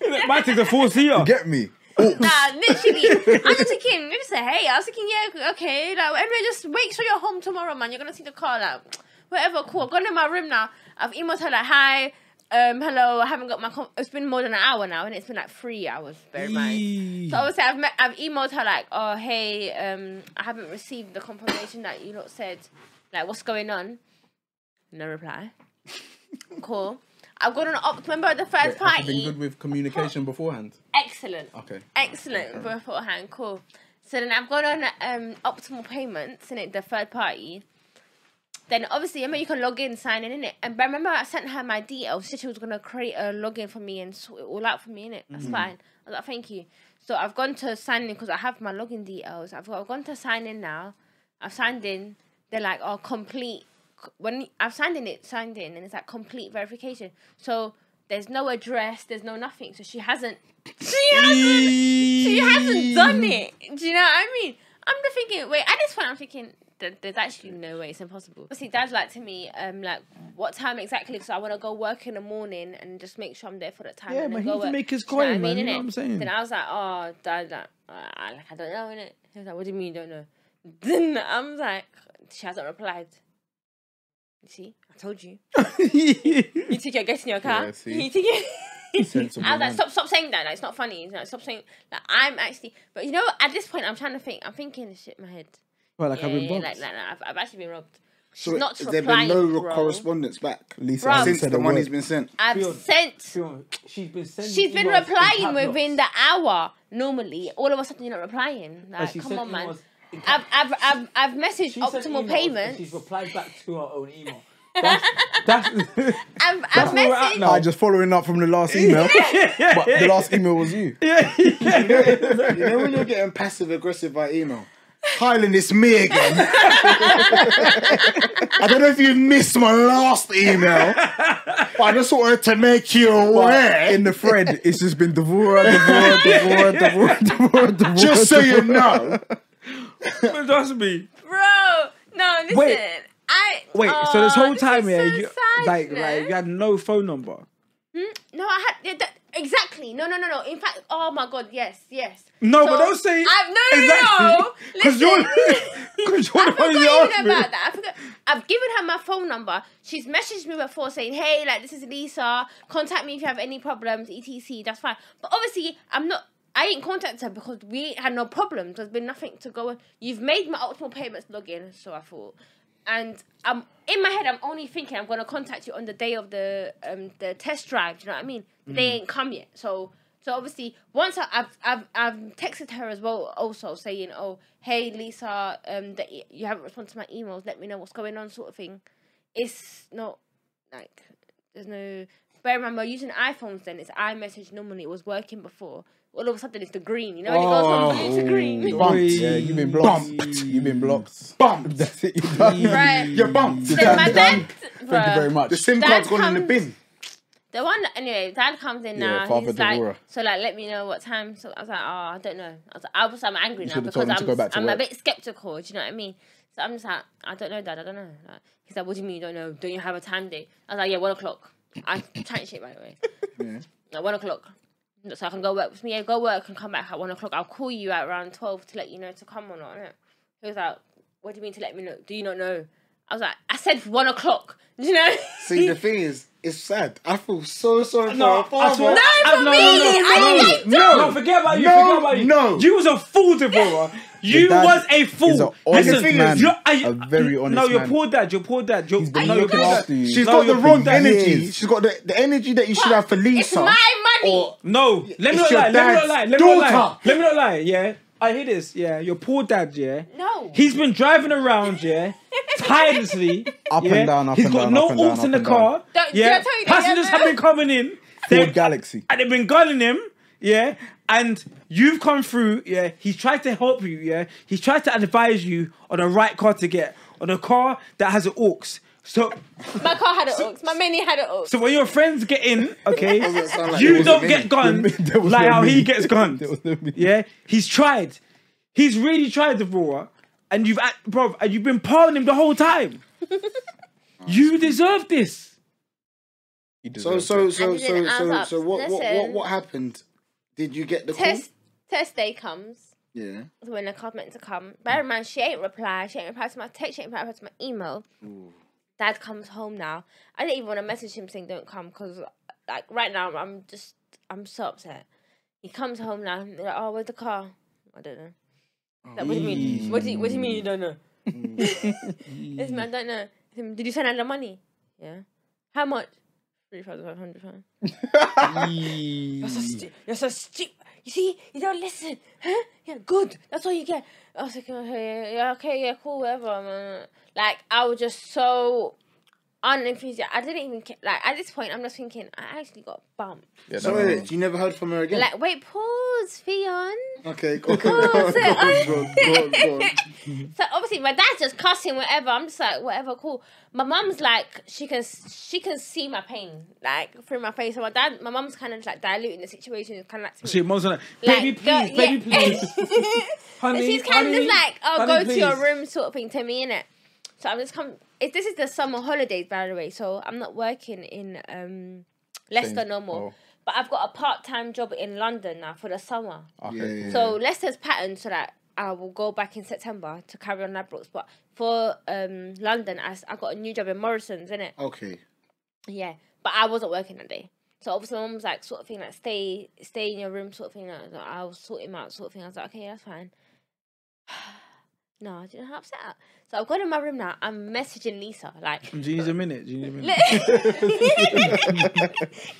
like, My thing's a four seater. Get me. Nah, literally. I'm just thinking, maybe say, hey, I was thinking, yeah, okay, like, anyway, just make sure you're home tomorrow, man. You're gonna see the car, like, whatever, cool. I've gone in my room now. I've emailed her, like, hi, um, hello, I haven't got my, com- it's been more than an hour now, and it's been like three hours, bear in mind. So obviously, I've met, I've emailed her like, oh hey, um, I haven't received the confirmation that you lot said, like, what's going on? No reply. cool. I've gone on. Op- remember the first Have you been party? good with communication beforehand? Excellent Okay. excellent beforehand. Cool. So then I've got on um, optimal payments and it the third party. Then obviously, I mean, you can log in, sign in, innit? And but remember, I sent her my details. She said she was gonna create a login for me and sort it all out for me, innit? That's fine. I was like, thank you. So I've gone to sign in because I have my login details. I've, got, I've gone to sign in now. I've signed in. They're like, oh, complete. When I've signed in, it signed in, and it's like complete verification. So there's no address, there's no nothing. So she hasn't. She hasn't. She hasn't done it. Do you know what I mean? I'm just thinking, wait, at this point, I'm thinking, there- there's actually no way it's impossible. Obviously, dad's like to me, um, like, what time exactly? Because I want to go work in the morning and just make sure I'm there for the time. Yeah, and then man, he go need to work. make his Do you know what coin, I man, you mean, know innit? what I'm saying? Then I was like, oh, dad, like, uh, I- like, I don't know, innit? He was like, what do you mean you don't know? Then I'm like, she hasn't replied. You see, I told you. You think you're getting your car? Yeah, see? you think you Sensible I was like, man. stop, stop saying that. Like, it's not funny. Like, stop saying. Like, I'm actually. But you know, at this point, I'm trying to think. I'm thinking this shit in my head. Well, like yeah, I've been yeah, bumped. like, like, like, I've, I've actually been robbed. So not has there been replying, no bro. correspondence back Lisa Bruh. hasn't since said the a money's word. been sent? I've Fiona, sent. She's been sending She's been emails in replying padlocks. within the hour. Normally, all of a sudden you're not replying. And Like, she come sent on, man. emails in I've, I've, I've, I've messaged She sent emails optimal and She's payments. replied back to her own email. That's, that's I've, I've where we're at messaged. now. I just following up from the last email, but the last email was you. You know when you're getting passive aggressive by email? Highland, it's me again. I don't know if you missed my last email, but I just wanted to make you aware. In the thread, it's just been Devora, Devora, Devora, Devora, Devora, Devora. just so you know. that's me. Bro, no, listen. Wait. I Wait, Aw, so this whole Oh, is time, yeah, so you, sad, like, you know? like you had no phone number. Mm-hmm. no, I had yeah, that, exactly. No, no, no, no. In fact, oh my god, yes, yes. No, but So, don't say I've, no, no, no, no. because you're Listen. because you're I the forgot one even who asked me. about that. I forgot. I've given her my phone number. She's messaged me before saying, "Hey, like this is Lisa. Contact me if you have any problems, etc." That's fine. But obviously, I'm not. I ain't contacted her because we ain't had no problems. There's been nothing to go. on. You've made my optimal payments login, so I thought. And I'm in my head. I'm only thinking I'm gonna contact you on the day of the um the test drive. Do you know what I mean? They ain't come yet, so so obviously, once I, I've I've I've texted her as well, also saying, "Oh, hey Lisa, um, that y- you haven't responded to my emails. Let me know what's going on," sort of thing. It's not like there's no. Bear in mind, we're using iPhones. Then it's iMessage. Normally, it was working before. All of a sudden, it's the green. You know, and it goes Oh. from blue to green. Bumped. Yeah, you've been blocked. Bumped. You've been blocked. Bumped. That's it. You're done. Right. You're bumped. Then my Done, done. dad, Thank you very bruh. much. The SIM Dad card's gone in the comes- bin. The one anyway, dad comes in Yeah, now. Father he's like, Deborah. so like, let me know what time. So I was like, oh, I don't know. I was like, I was, I'm angry now should've because told him I'm, to go back to I'm a work. bit skeptical. Do you know what I mean? So I'm just like, I don't know, dad. I don't know. Like, he's like, what do you mean you don't know? Don't you have a time date? I was like, yeah, one o'clock. I chat shit by the way. Yeah. Like one o'clock. So I can go work with me. Yeah, go work and come back at one o'clock. I'll call you at around twelve to let you know to come or not. innit? He was like, what do you mean to let me know? Do you not know? I was like, I said one o'clock. Do you know? See, the thing is, it's sad. I feel so sorry No, for our I swear- father. No, I- for me, I no, no, no, forget about you. No, forget about you. no. you was a fool, Deborah. You Your dad was a is a fool. honest Listen, man, you're- I- a very honest No, your man. poor dad. Your poor dad. Your, He's been no, your looking poor dad. after you. She's No, got you're the wrong bad. energy. Years. She's got the, the energy that you should have for Lisa. It's my money. or- No, let me not It's your lie. Let me not dad's lie. Let me not lie. daughter. Let me not lie. Yeah, I hear this. Yeah, your poor dad. Yeah, No. he's been driving around. Yeah, tirelessly. Up yeah? and down, up He's and got down, no up and down, alts up in the and down. car. Don't- did I Yeah, tell you that, passengers yeah, have man? been coming in. Ford They- Galaxy. and they've been gunning him, yeah. And you've come through, yeah. He's tried to help you, yeah. He's tried to advise you on the right car to get, on a car that has an aux. So, My car had an aux. My mini had an aux. so when your friends get in, okay, doesn't sound like it you was don't a get mini. gunned There was like no how he mini. gets gunned. There was no mini. yeah, he's tried. He's really tried, Devorah, and you've, act- bro, and you've been parling him the whole time. you deserve this. He So deserves so it. so And then so so I was like, so what what what listen. what happened? Did you get the call? Test test day comes Yeah. when the card meant to come. Bear in mind, she ain't replied. She ain't replied to my text. She ain't replied to my email. Dad comes home now. I didn't even want to message him saying don't come because like right now I'm just I'm so upset. He comes home now. They're like, oh, where's the car? I don't know. Like, what do you mean? What do you, what do you mean you don't know? Listen, I don't know. Listen, Did you send out the money? Yeah. How much? Three thousand five hundred pounds. You're so stupid. You're so stupid. You see, you don't listen, huh? Yeah, good. That's all you get. I was like, okay, yeah, yeah, okay, yeah, cool, whatever. man. Like, I was just so unenthusiastic. I didn't even care. Like, at this point, I'm just thinking, I actually got bumped. Yeah, So no, no, no. wait, you never heard from her again? Like, wait, pause, Fion. okay, cool. Go on, so- go on, go on, go on, go on. So obviously, my dad's just cussing, whatever. I'm just like, whatever, cool. My mum's like, she can she can see my pain like through my face. So my dad, my mum's kind of like diluting the situation. It's kind of like to me. See, mom's like, Like, baby, go- please, baby, yeah. please. And honey, she's kind of honey, just like, oh, honey, go to your please. room, sort of thing to me, innit? So I'm just come. If this is the summer holidays, by the way, so I'm not working in um Leicester Same. no more. Oh. But I've got a part-time job in London now for the summer. Yeah, Okay. yeah, yeah. So Leicester's pattern, so that I will go back in September to carry on Labrooks. But for um London, I, s- I got a new job in Morrison's, innit? Okay. Yeah, but I wasn't working that day. So obviously, my mum was like, sort of thing, like stay, stay in your room, sort of thing. Like, like, I'll sort him out, sort of thing. I was like, okay, that's fine. no, do you know how upset? I So I've gone in my room now. I'm messaging Lisa, like, Do you need a minute? Do you need a minute?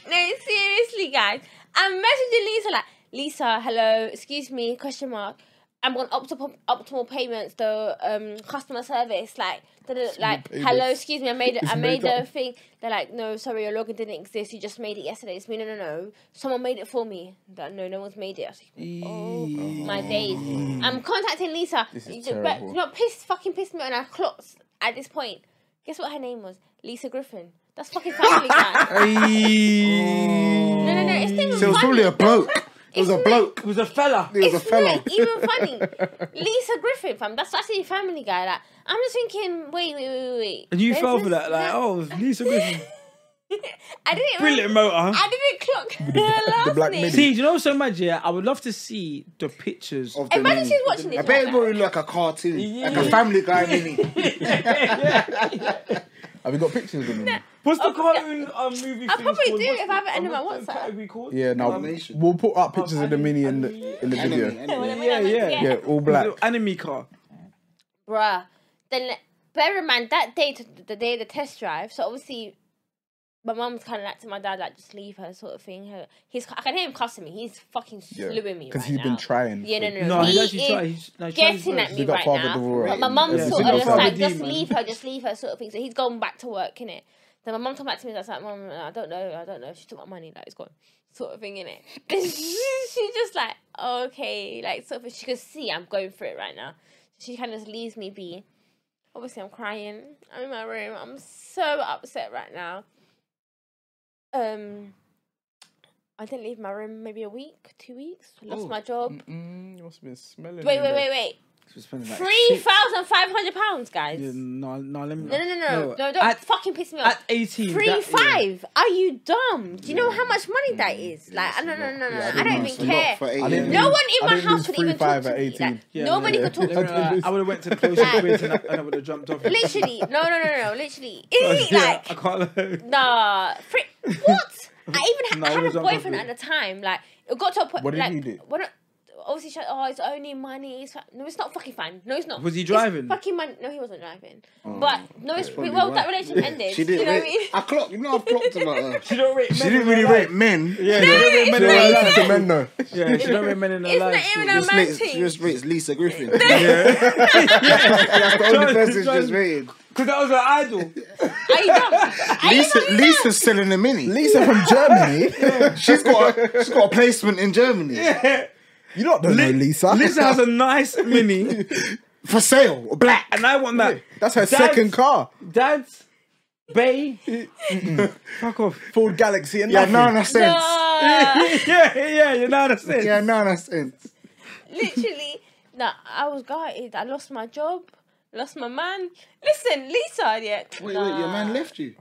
no, seriously, guys. I'm messaging Lisa like, Lisa, hello, excuse me, question mark. I'm on optimal optimal payments, the um customer service, like da, da, da, like payments. hello, excuse me, I made I made made a up. thing. They're like, no, sorry, your login didn't exist. You just made it yesterday. It's me. No, no, no. Someone made it for me. That no, no one's made it. I was like, oh my days. I'm contacting Lisa. This is You ju- terrible. you know, pissed fucking pissed me on our clocks at this point. Guess what her name was? Lisa Griffin. That's fucking family guy. Ayy. No, no, no. It's not even So it was funny. probably a bloke. It was a Isn't bloke. It was a fella. It was a it's fella. not even funny. Lisa Griffin, fam. That's actually Family Guy. Like, I'm just thinking, wait, wait, wait, wait. And you There's fell for this- that, like, oh, Lisa Griffin. I didn't. Brilliant Really, motor. I didn't clock her last black name. midi. See, do you know so much, yeah? I would love to see the pictures of Of the Imagine mini. she's watching this. I bet it like, more look like a cartoon, like a Family Guy mini. Have you got pictures of them? What's the cartoon um, movie? I'll thing called? probably do What's if the- I have it under what's my the WhatsApp. category called? Yeah, no. Nomination. We'll put up pictures of the mini in the in the video. Anime, anime. whenever that yeah, was- yeah. Yeah, all black. Little Anime car. bruh. Then like, bear in mind that day, to the day of the test drive. So obviously, my mum's kind of like to my dad, like just leave her, sort of thing. Her, he's I can hear him cussing me. He's fucking Yeah. slewing me. Because right he's now. been trying. Yeah, no, no, no. No, he he's actually is trying. He's like, getting trying at his me They got right father now. divorce. But my mum's Yeah, sort they of got just father like, just demon. leave her, just leave her, sort of thing. So he's gone back to work, innit? Then my mum come back to me and was like, Mum, I don't know, I don't know. She took my money, like, it's gone. Sort of thing, innit? Then she just like, okay, like, sort of, she could see I'm going through it right now. She kind of just leaves me be. Obviously, I'm crying. I'm in my room. I'm so upset right now. Um, I didn't leave my room maybe a week, two weeks. Lost Oh. my job. Mm, you must have been smelling. Wait, in wait, there. wait, wait. Suspended, like, Three six- thousand five hundred pounds, guys. Yeah, no, no, let me. No, no, no, no, no! Don't At, fucking piss me off. at 18. Three that- yeah. five? Are you dumb? Do you know how much money that is? Like, I no, no, no, no, Yeah, I I don't didn't Not for even care. eight I years. didn't- No one in I my didn't house lose could even 3.5 talk to at me. Like, 18. Yeah, nobody yeah. could talk Let me know, to me. I would have went to the closest bridge and I, and I would have jumped off. it. Literally, no, no, no, no, literally. yeah, Like, I can't. Nah, frick. What? I even No, ha- it had a was boyfriend at uncomfortable. the time. Like, it got to a point. What did like, he do? When I, obviously, she, oh, it's only money. It's, fi- no, it's not fucking fine. No, it's not. Was he It's driving? fucking money. No, he wasn't driving. but no, it's well, Oh, probably why. that relationship ended. She do you didn't. know rate- what I mean? I clocked. You know, I've clocked about her. She don't rate men. She didn't in her really life. rate men. Yeah, No, she don't rate it's men No, in her I not even- life. like to men though. Yeah, she don't rate men in her It's life. not she- even a This man rates, thing. just rates Lisa Griffin. That's the only John- person- This is just rated. Because that was her idol. Are you dumb? Are you Lisa, dumb? Lisa's selling a mini. Lisa from Germany. She's got a, she's got a placement in Germany You lot don't know Lisa. Lisa has a nice mini, for sale, black. and I want that. That's her Dad- second car. Dad's, Bay, Uh, fuck off. Ford Galaxy and Yeah, nothing. no, that's sense. Nah, yeah, yeah, you know what I'm saying. Yeah, no, that's sense. literally. No, I was gutted. I lost my job. Lost my man. Listen, Lisa. Yeah. Wait, wait, your man left you.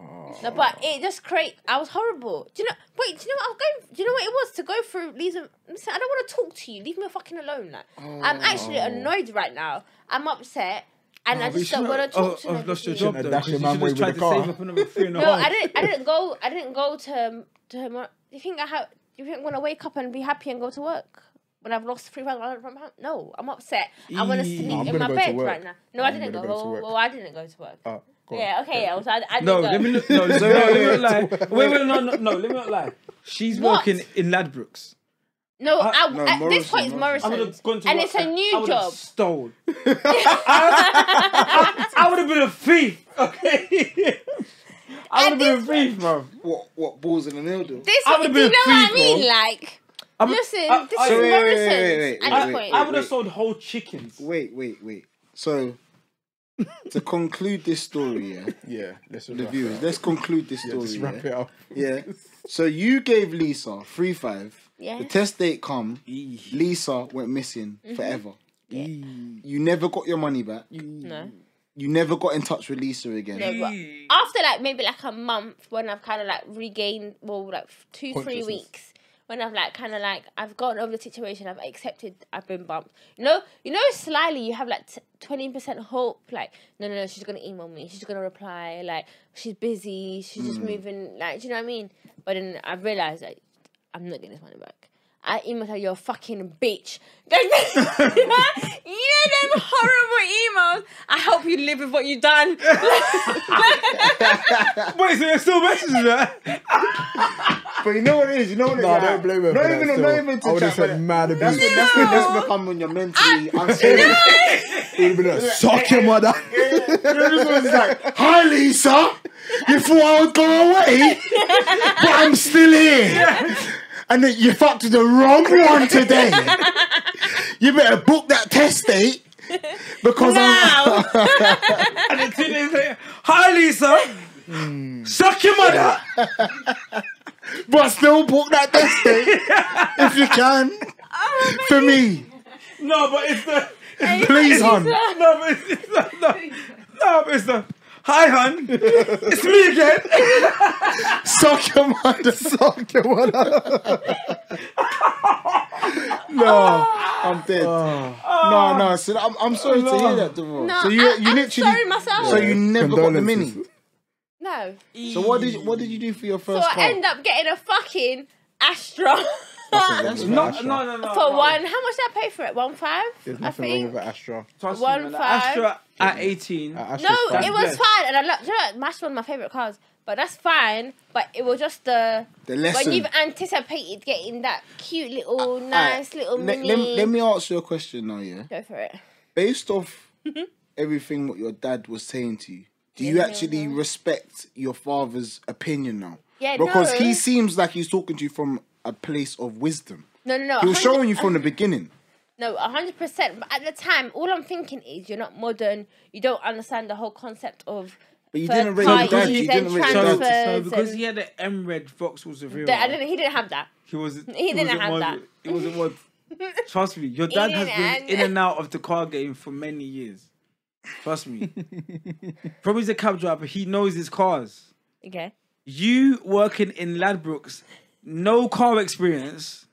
No, but it just create. I was horrible. Do you know? Wait. Do you know what I was going? Do you know what it was to go through? Lisa, listen, I don't want to talk to you. Leave me fucking alone. Like, I'm actually Oh. annoyed right now. I'm upset, and I just don't want to talk to oh, I've them. lost your you. job though. because Shouldn't have dashed You your should man have with tried the to car. save up another three and a No, I half. didn't. I didn't go. I didn't go to um, to. Her, you think I have? You think when I wake up and be happy and go to work when I've lost three pounds? No, I'm upset. I want to Eee. sleep I'm in gonna my go to bed work. right now. No, I'm I didn't go. gonna go to well, work. well, I didn't go to work. Oh, go on. yeah. Okay. Yeah. So I, I didn't No, go. let me look, no, no, no, let me not lie. Wait, wait, no, no, no, let me not lie. She's What? working in Ladbrokes. No, Uh, I, no, at this Morrison, point it's I would Morrison's, have gone to and work it's a I new would have job. Stole. I, would have been a thief. Okay. I would have been a thief, bro. What what balls in an elder? This, I do you would've know been what I free, bro. mean? Like, I'm- listen, I- this I- is wait, wait, Morrison's wait, wait, wait, at I, this point. I would have sold whole chickens. Wait, wait, wait. So to conclude this story, yeah, Yeah, let's the wrap it viewers, up. let's conclude this story. Let's wrap yeah? it up. Yeah. So you gave Lisa three five. Yeah. The test date come. Eee. Lisa went missing Mm-hmm. forever. Eee. You never got your money back. no. You never got in touch with Lisa again. No, but after like maybe like a month when I've kind of like regained, well, like two, three Consciousness. weeks when I've like kind of like I've gotten over the situation. I've accepted. I've been bumped. You know, you know, slyly you have like twenty percent hope. Like, no, no, no, she's gonna email me. She's gonna reply. Like, she's busy. She's Mm. just moving. Like, do you know what I mean? But then I realized that I'm not getting this money back. I emailed her, you're a fucking bitch. you know them horrible emails. I hope you live with what you've done. Wait, so they're still messaging her? But you know what it is. You know what it is. No, I don't blame her. Not for that even, still. not even to I would have chat, but said mad That's, abuse. when, that's when that's become when you're mentally unstable. It would have been a suck your mother. Everyone's like, "Hi, Lisa. You thought I would go away, but I'm still here. And then you fucked with the wrong one today. you better book that test date because I'm." Wow. And two days later, hi Lisa. Suck your mother. But still book that test date if you can for me, No, but it's the. It's please, hon. the no, but it's, it's the. No, no, but it's the. Hi, hun. It's me again. Suck your mother. suck your mother. No, I'm dead. No, no. So I'm, I'm sorry to hear that, Devon. No, so you, I, you I'm literally, sorry myself. so you never got the mini. Condolences. no. So what did you, what did you do for your So first I car? end up getting a fucking Astra. For There's No, no, no, no. no. one, how much did I pay for it? One five, I nothing wrong think. with an Astra. Trust One me, man, five. Astra at 18. An Astra's No, fine. it was Yes. fine, and I love. do You know, what? Mash one of my favorite cars, but that's fine. But it was just the The when lesson. Uh, you've anticipated getting that cute little nice little Let, mini. let, let me ask you a question now, yeah. go for it. Based off Mm-hmm. everything what your dad was saying to you, do you actually respect your father's opinion now? Yeah, Because no. he seems like he's talking to you from a place of wisdom. No, no, no. He was 100 showing you from the beginning. No, hundred percent. But at the time, all I'm thinking is you're not modern. You don't understand the whole concept of. But you third didn't rate your parties dad, you and didn't rate your So, dad. transfers so because and- he had an MRED Vauxhall Sevilla, That- I didn't, he didn't have that. he was he, didn't wasn't have one- that. He wasn't one. Trust me, your dad has didn't. been in and out of the car game for many years. Trust me. From he's a cab driver, he knows his cars. Okay. you working in Ladbrokes, no car experience,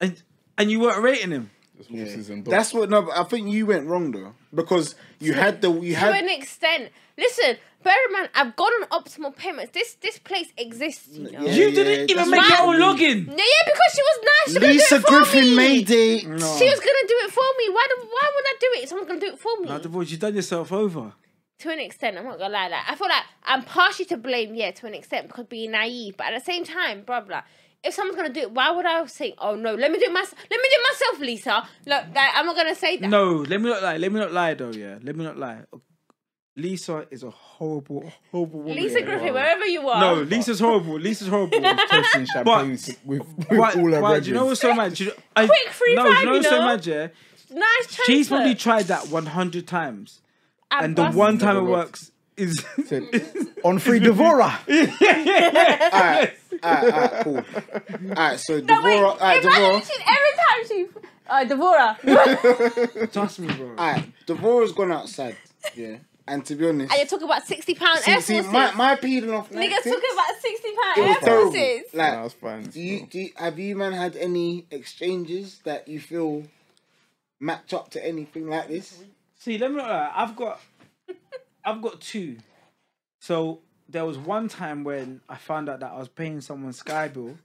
and and you weren't rating him. There's horses and dogs. That's what. No, but I think you went wrong though because you had the you To had. an extent, listen. Bear in mind, I've gone on optimal payments. This this place exists, you know. Yeah. you didn't even that's make your own right. login. No, yeah, because she was nice. She Lisa was gonna do it for Griffin me. made it. She was gonna do it for me. Why? Do, why would I do it? Someone's gonna do it for me. Now, divorce, you done yourself over. to an extent, I'm not gonna lie. Like, I feel like I'm partially to blame, yeah, to an extent, because being naive. But at the same time, bruv, like, if someone's gonna do it, why would I say, oh no, let me do it myself? Let me do it myself, Lisa. Look, like, I'm not gonna say that. No, let me not lie. Let me not lie though. Yeah, let me not lie. Lisa is a horrible, horrible woman. Lisa Yeah. Griffin, wherever you are. No, Lisa's horrible. Lisa's horrible. Toasting champagnes with, with Why, all her why, do you know brethren. what's so mad? Do you know, I, Quick free no, do five, you know what's you so know? mad? Yeah, Nice transfer. she's probably tried that one hundred times, I'm and the bust- one time it Never works worked. is on free Devora. Alright, alright, cool. Alright, so No, wait, Devorah, alright, imagine Devorah, she's every time she. Uh, Devora. trust me, bro. alright, Devorah's gone outside. Yeah, and to be honest, and you're talking about 60 pound see, Air see, Forces. my my peeling off. like Niggas this, talking about 60 it pound was Air terrible. Forces. Like, Nah, that's fine. do you, do you, have you man had any exchanges that you feel match up to anything like this? See, let me. Uh, I've got, I've got two. So there was one time when I found out that I was paying someone's sky bill,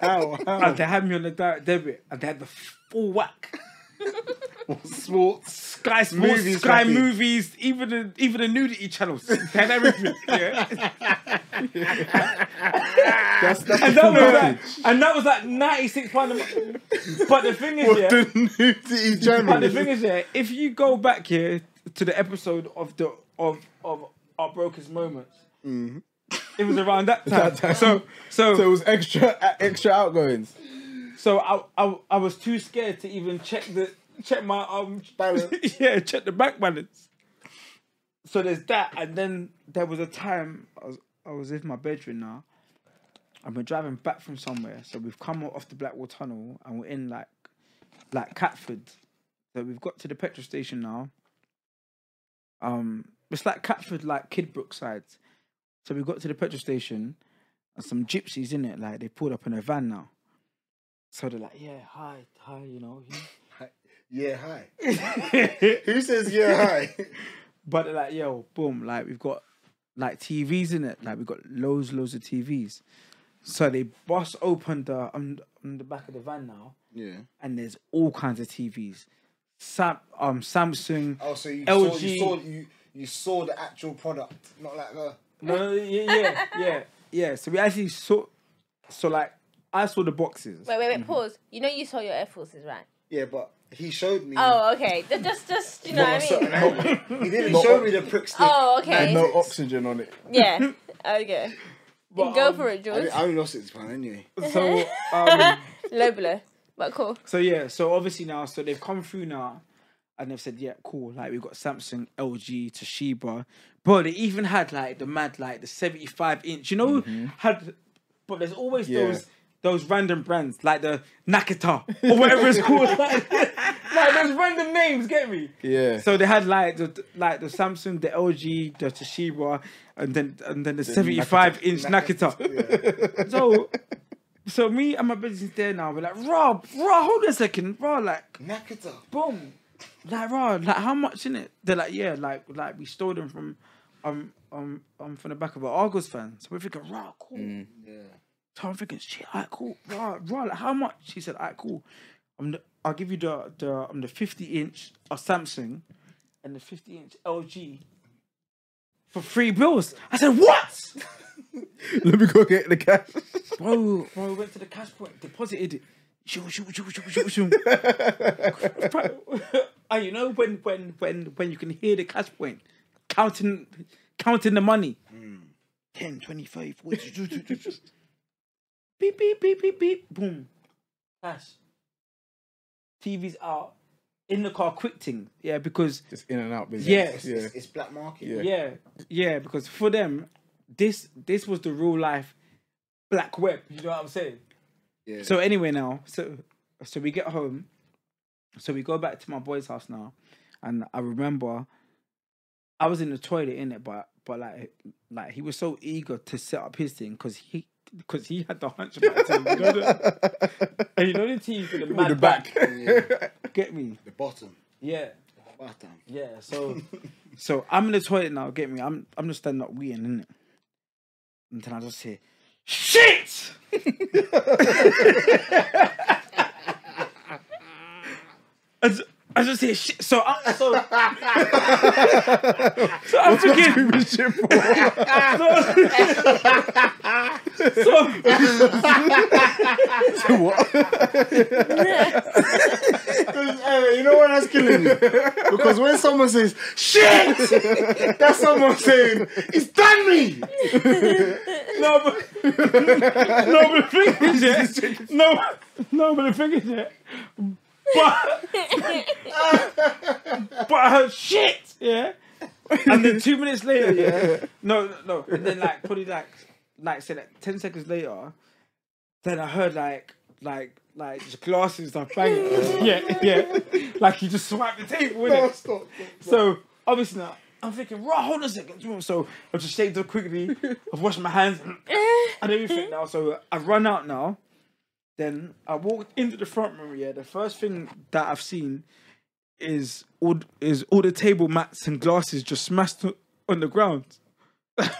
How? and they had me on the direct debit, and they had the full whack. Sports. Sky Sports, Movies, Sky fucking. Movies, even the even the nudity channels, they had everything. Yeah. That's, that's And the that full was package. like, and that was like ninety six pound. a month. But the thing is, yeah, nudity but the channel. thing is, yeah, if you go back here to the episode of the of of our brokers moments, it was around that time. That time. So so So it was extra uh, extra outgoings. So I, I I was too scared to even check the check my um Balance. yeah, check the bank balance. So there's that, and then there was a time I was I was in my bedroom now. I've been driving back from somewhere, so we've come off the Blackwall Tunnel and we're in like like Catford. So we've got to the petrol station now. Um, it's like Catford, like Kidbrook side. So we got to the petrol station, and some gypsies in it, like they pulled up in a van now. So they're like, yeah, hi, hi, you know. Yeah, hi. Who says yeah, hi? But they're like, yo, boom, like we've got like TVs in it, like we've got loads, loads of TVs. So they bust open the um, um the back of the van now, Yeah. and there's all kinds of TVs. Sam, um, Samsung. Oh, so you LG. saw you saw you you saw the actual product, not like the. No, no, yeah, yeah, yeah, yeah. So we actually saw So like, I saw the boxes. Wait, wait, wait. Pause. You know you saw your Air Forces, right? Yeah, but he showed me. Oh, okay. Ju- Just, just, you know a what I certain mean? angle. He didn't Not- show me the prick stick. Oh, okay. And no oxygen on it. Yeah. Okay. But, Go um, for it, I, George. didn't- I only lost six pound anyway. So um, Low blow, but cool. so yeah. So obviously now, so they've come through now, and they've said, yeah, cool. Like we've got Samsung, LG, Toshiba, bro. They even had like the mad like the seventy-five inch. You know, had but there's always Yeah. those. Those random brands like the Nakata or whatever it's called, like, like those random names, get me? Yeah. So they had like the like the Samsung, the LG, the Toshiba, and then and then the, 75 inch Nakita. So so me and my business there now, we're like, rah, rah, hold on a second, rah, like Nakata. boom. Like rah, like how much in it? They're like, yeah, like like we stole them from um um um from the back of our Argos fan. So we're thinking, rah, cool. Yeah. So I'm thinking, shit, alright, cool, right, right. Like, how much? She said, alright, cool. I'm the, I'll give you the the um the 50 inch of Samsung and the 50 inch LG for three bills. I said, what? Let me go get the cash. bro, bro, we went to the cash point, deposited it. Shoo, shoo, shoo, shoo, shoo, shoo. and you know when when when when you can hear the cash point counting counting the money. 10, 20, 30, 40, shoo, shoo, shoo, shoo. beep, beep, beep, beep, beep, boom. Cash. TV's out. In the car, quick thing. Yeah, because Just in and out business. Yes. Yeah. It's, it's black market. Yeah. yeah, yeah, because for them, this this was the real life black web. You know what I'm saying? Yeah. So anyway, now so so we get home, so we go back to my boy's house now, and I remember I was in the toilet in it, but but like like he was so eager to set up his thing because he because he had the hunchback thing, you know the, and you know the teeth with the, With mad the back. back, Get me? The bottom. Yeah. Bottom. Yeah, so so I'm in the toilet now, get me. I'm I'm just standing up weeing, innit? And then I just hear SHIT I just, I just hear shit. So I so, so I'm freaking Stupid shit for- so, Hey, you know what? That's killing me. Because when someone says, shit, that's someone saying, it's done me. no but no but the thing is yeah, no no but the thing is yeah, but but I heard shit yeah and then two minutes later yeah no no, no and then like probably like like say like ten seconds later then I heard like like like just glasses like banging yeah yeah like you just swiped the table with it Stop. so obviously now I'm thinking, right, hold on a second. So I just shaved up quickly. I've washed my hands and everything now. So I've run out now. Then I walked into the front room. Yeah, the first thing that I've seen is all is all the table mats and glasses just smashed o- on the ground. Okay.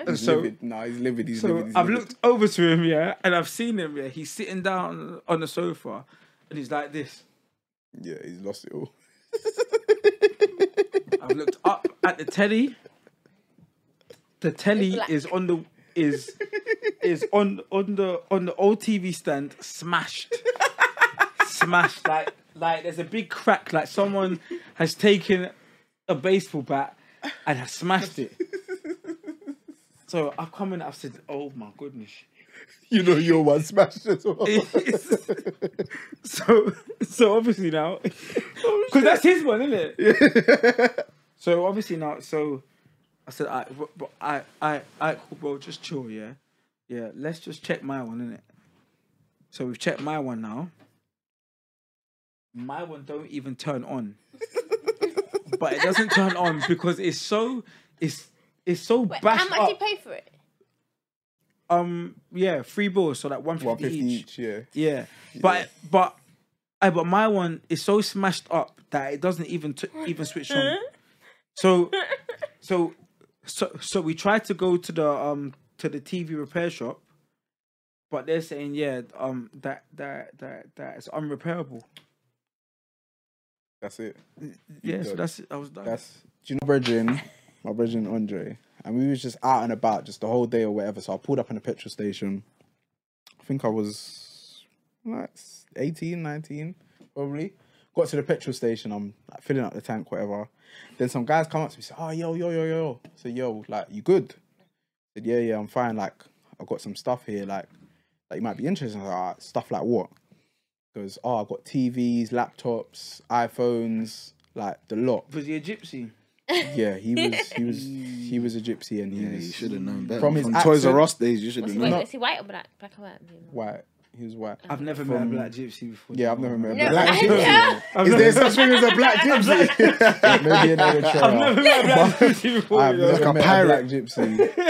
And He's so livid. Nah, he's livid. He's so livid. He's I've livid. looked over to him, yeah, and I've seen him. Yeah, he's sitting down on the sofa, and he's like this. Yeah, he's lost it all. I've looked up at the telly. The telly black. is on the is is on on the on the old TV stand smashed, smashed like like there's a big crack like someone has taken a baseball bat and has smashed it. So I've come in, I've said, "Oh my goodness!" You know your one smashed as well. so so obviously now, Oh, because that's his one, isn't it? So obviously now, so I said, I, bro, bro, I, I, I, cool, bro, just chill, yeah, yeah. Let's just check my one, innit? So we've checked my one now. My one don't even turn on, but it doesn't turn on because it's so, it's, it's so Wait, bashed how much up. you pay for it? um, yeah, three balls, so like one One fifty fifty each. each. Yeah. Yeah, but but uh, but my one is so smashed up that it doesn't even t- even switch on. So so so so we tried to go to the um to the TV repair shop, but they're saying yeah um that that that that it's unrepairable. That's it. Yeah, so Good. that's it. I was done. That's do you know Bridgin, my Bridgin Andre, and we was just out and about just the whole day or whatever. So I pulled up in a petrol station. I think I was like 18, 19, probably. Got to the petrol station, I'm like, filling up the tank, whatever. Then some guys come up to me say, Oh, yo, yo, yo, yo. I said, Yo, like, you good? I said, Yeah, yeah, I'm fine. Like, I've got some stuff here, like, that you might be interested in. I was like, "Alright, stuff like what? Because, Oh, I've got TVs, laptops, iPhones, like, the lot. Was he a gypsy? Yeah, he was, he was, he was a gypsy and he Yeah, was. you should have known better. From From, his Toys accent- R Us days, you should Was have he known. white? Was he white or black? Black or white? white. He was white. I've never met a black gypsy before. Yeah, I've never met a No, black I gypsy. know. I've Is never, there such thing as a black gypsy? Maybe another I've trailer. never met a black gypsy before. I've you know. never Like a met pirate. black gypsy.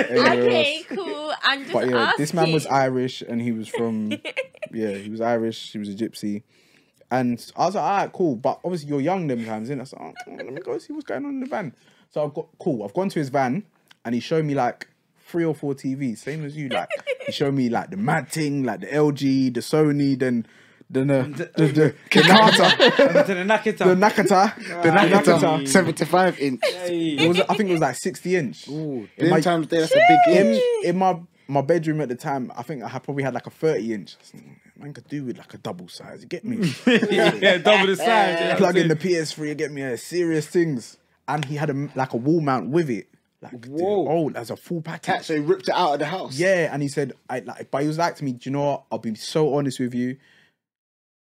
anywhere Okay, else. cool. I'm just But yeah, this man was asking. Irish and he was from yeah, he was Irish, he was a gypsy. And I was like, all right, cool. But obviously you're young them times, and I was like, oh, let me go see what's going on in the van. So I've got cool. I've gone to his van and he showed me like three or four TVs, same as you. Like he showed me like the mad thing, like the LG, the Sony, then then the the, the, the Nakata, to the Nakata. the Nakata, the Nakata. Nakata. 75 inch. It Hey. was, I think it was like sixty inch. Ooh, In my- them times there, that's a big in, inch. in my my bedroom at the time, I think I had probably had like a 30 inch. I said, Man could do with like a double size, you get me? yeah, double the size. yeah, Plug in the that's PS3, you get me uh, serious things. And he had a, like a wall mount with it. Like, dude, Whoa. oh, that's a full package. So he ripped it out of the house. Yeah, and he said, I like, but he was like to me, do you know what? I'll be so honest with you.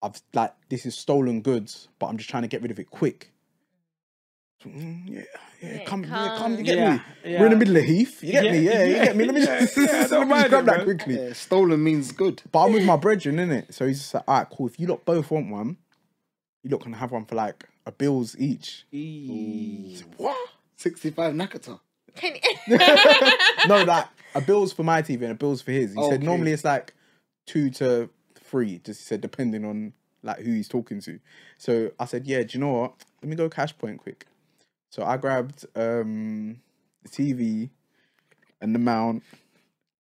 I've like, this is stolen goods, but I'm just trying to get rid of it quick. So, "Mm, yeah, yeah, Yeah, come, yeah, come, come. you get Yeah, me. We're in yeah. the middle of Heath, you get me, Yeah, yeah, you yeah, get me. Let me yeah, just, yeah, let don't me just mind grab it, that bro. quickly. Yeah, stolen means good. But I'm with my brethren, innit? So he's just like, all right, cool. If you lot both want one, you lot can have one for like a bills each. it. What? 65 Nakata. Can no, like a bills for my TV and a bills for his. He said Okay. normally it's like two to three, just he said depending on like who he's talking to. So I said, yeah, do you know what? Let me go cash point quick. So I grabbed um the TV and the mount.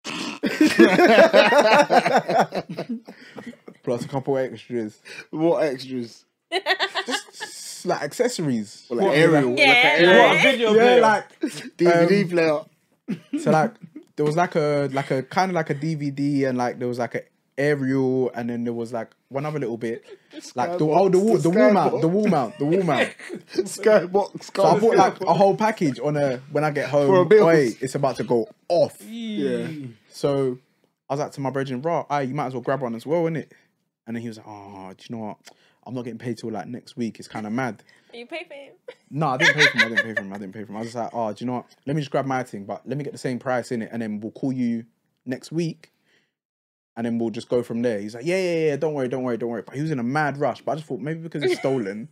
Plus a couple extras, What extras? S- like accessories. Well, like aerial. like Yeah, an aerial. What a video yeah, player. like DVD player. So like there was like a like a kind of like a DVD and like there was like a aerial and then there was like one other little bit like the oh the wall the wall mount the wall mount the wall mount. Skybox. So I bought like a whole package on a when I get For a home. bill. Oi, it's about to go off. yeah. So I was like to my brethren, bro, aye, you might as well grab one as well, innit? And then he was like, oh, do you know what? I'm not getting paid till like next week. It's kind of mad. you pay for him? No, I didn't pay for him. I didn't pay for him. I didn't pay for him. I was just like, oh, do you know what? Let me just grab my thing, but let me get the same price in it, and then we'll call you next week, and then we'll just go from there. He's like, yeah, yeah, yeah. Don't worry, don't worry, don't worry. But he was in a mad rush. But I just thought maybe because it's stolen,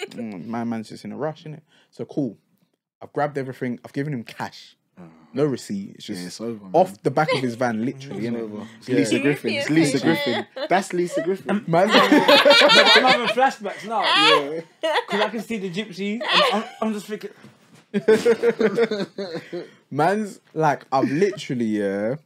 mm, my man's just in a rush, innit? So cool. I've grabbed everything. I've given him cash. No receipt. It's just Mm. Yeah, it's over, man. Mm. off the back of his van, literally. innit? It's Lisa Yeah. Griffin. It's Lisa Griffin. That's Lisa Griffin. Man's like, I'm having flashbacks now. Because I can see the gypsy. I'm, I'm, I'm just thinking. man's like, I've literally, yeah,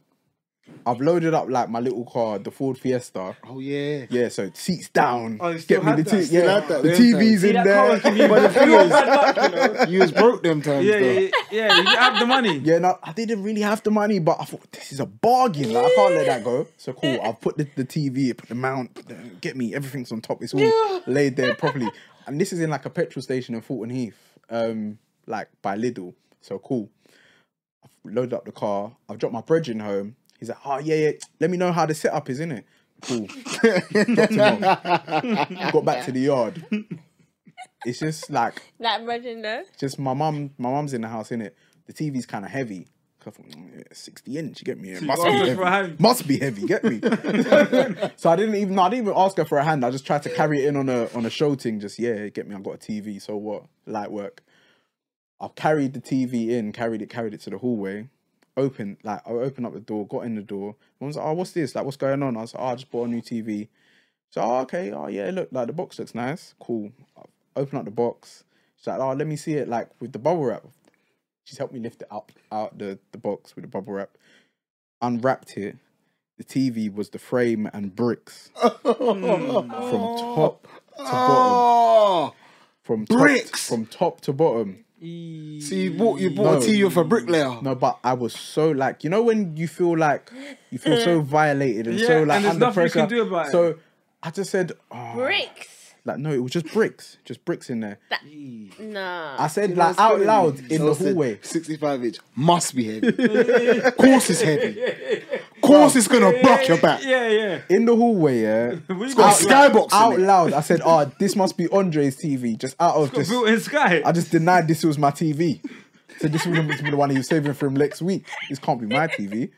I've loaded up like my little car, the Ford Fiesta. Oh yeah. Yeah, so seats down. Oh, they still Get me had the that, t- still yeah, had that, the they had TV's that. See, in that car there. would give you But the thing real is, bad luck, you know? You was broke them times Yeah, though. yeah, yeah. You have the money. yeah, no, I didn't really have the money, but I thought this is a bargain. Like, I can't let that go. So cool. I've put the, the TV, put the mount, put the, get me everything's on top. It's all laid there properly. And this is in like a petrol station in Fulton Heath, um, like by Lidl. So cool. I've loaded up the car. I've dropped my bridge in home. He's like, oh yeah, yeah. Let me know how the setup is, innit? Cool. Dropped him off. Got back to the yard. It's just like Like Regin, no? just my mum, my mum's in the house, innit? The TV's kind of heavy. 'Cause I thought, "Mm, yeah, 60 inch, you get me? It must you be asked her heavy. for a hand? Must be heavy, get me. so I didn't even, no, I didn't even ask her for a hand. I just tried to carry it in on a on a show thing. Just yeah, get me. I got a TV, so what? Light work. I carried the TV in, carried it, carried it to the hallway. Open like I opened up the door, got in the door. Mum's like, oh, what's this? Like, what's going on? I was like, oh, I just bought a new TV. So oh, okay, oh yeah, look, like the box looks nice, cool. I open up the box. She's like, oh, let me see it, like with the bubble wrap. She's helped me lift it up out the the box with the bubble wrap. Unwrapped it. The TV was the frame and bricks from top to bottom. Oh, From Bricks! top, from top to bottom. So you bought you bought No. a tea with a bricklayer. No, but I was so like, you know, when you feel like you feel so violated and Yeah, so like and there's under nothing you pressure. can do about it. So I just said, oh, Bricks. like no, it was just bricks, just bricks in there. Nah. I said You know like what's out killing loud me? in Someone the said, hallway. 65 inch must be heavy. Course is heavy. Course is gonna block your back. Yeah, yeah. In the hallway, yeah. It's got got, sky- Skybox in out it. loud. I said, "Oh, this must be Andre's TV." Just out of just, built in sky. I just denied this was my TV. So this was the- the one he was saving from next week. This can't be my TV.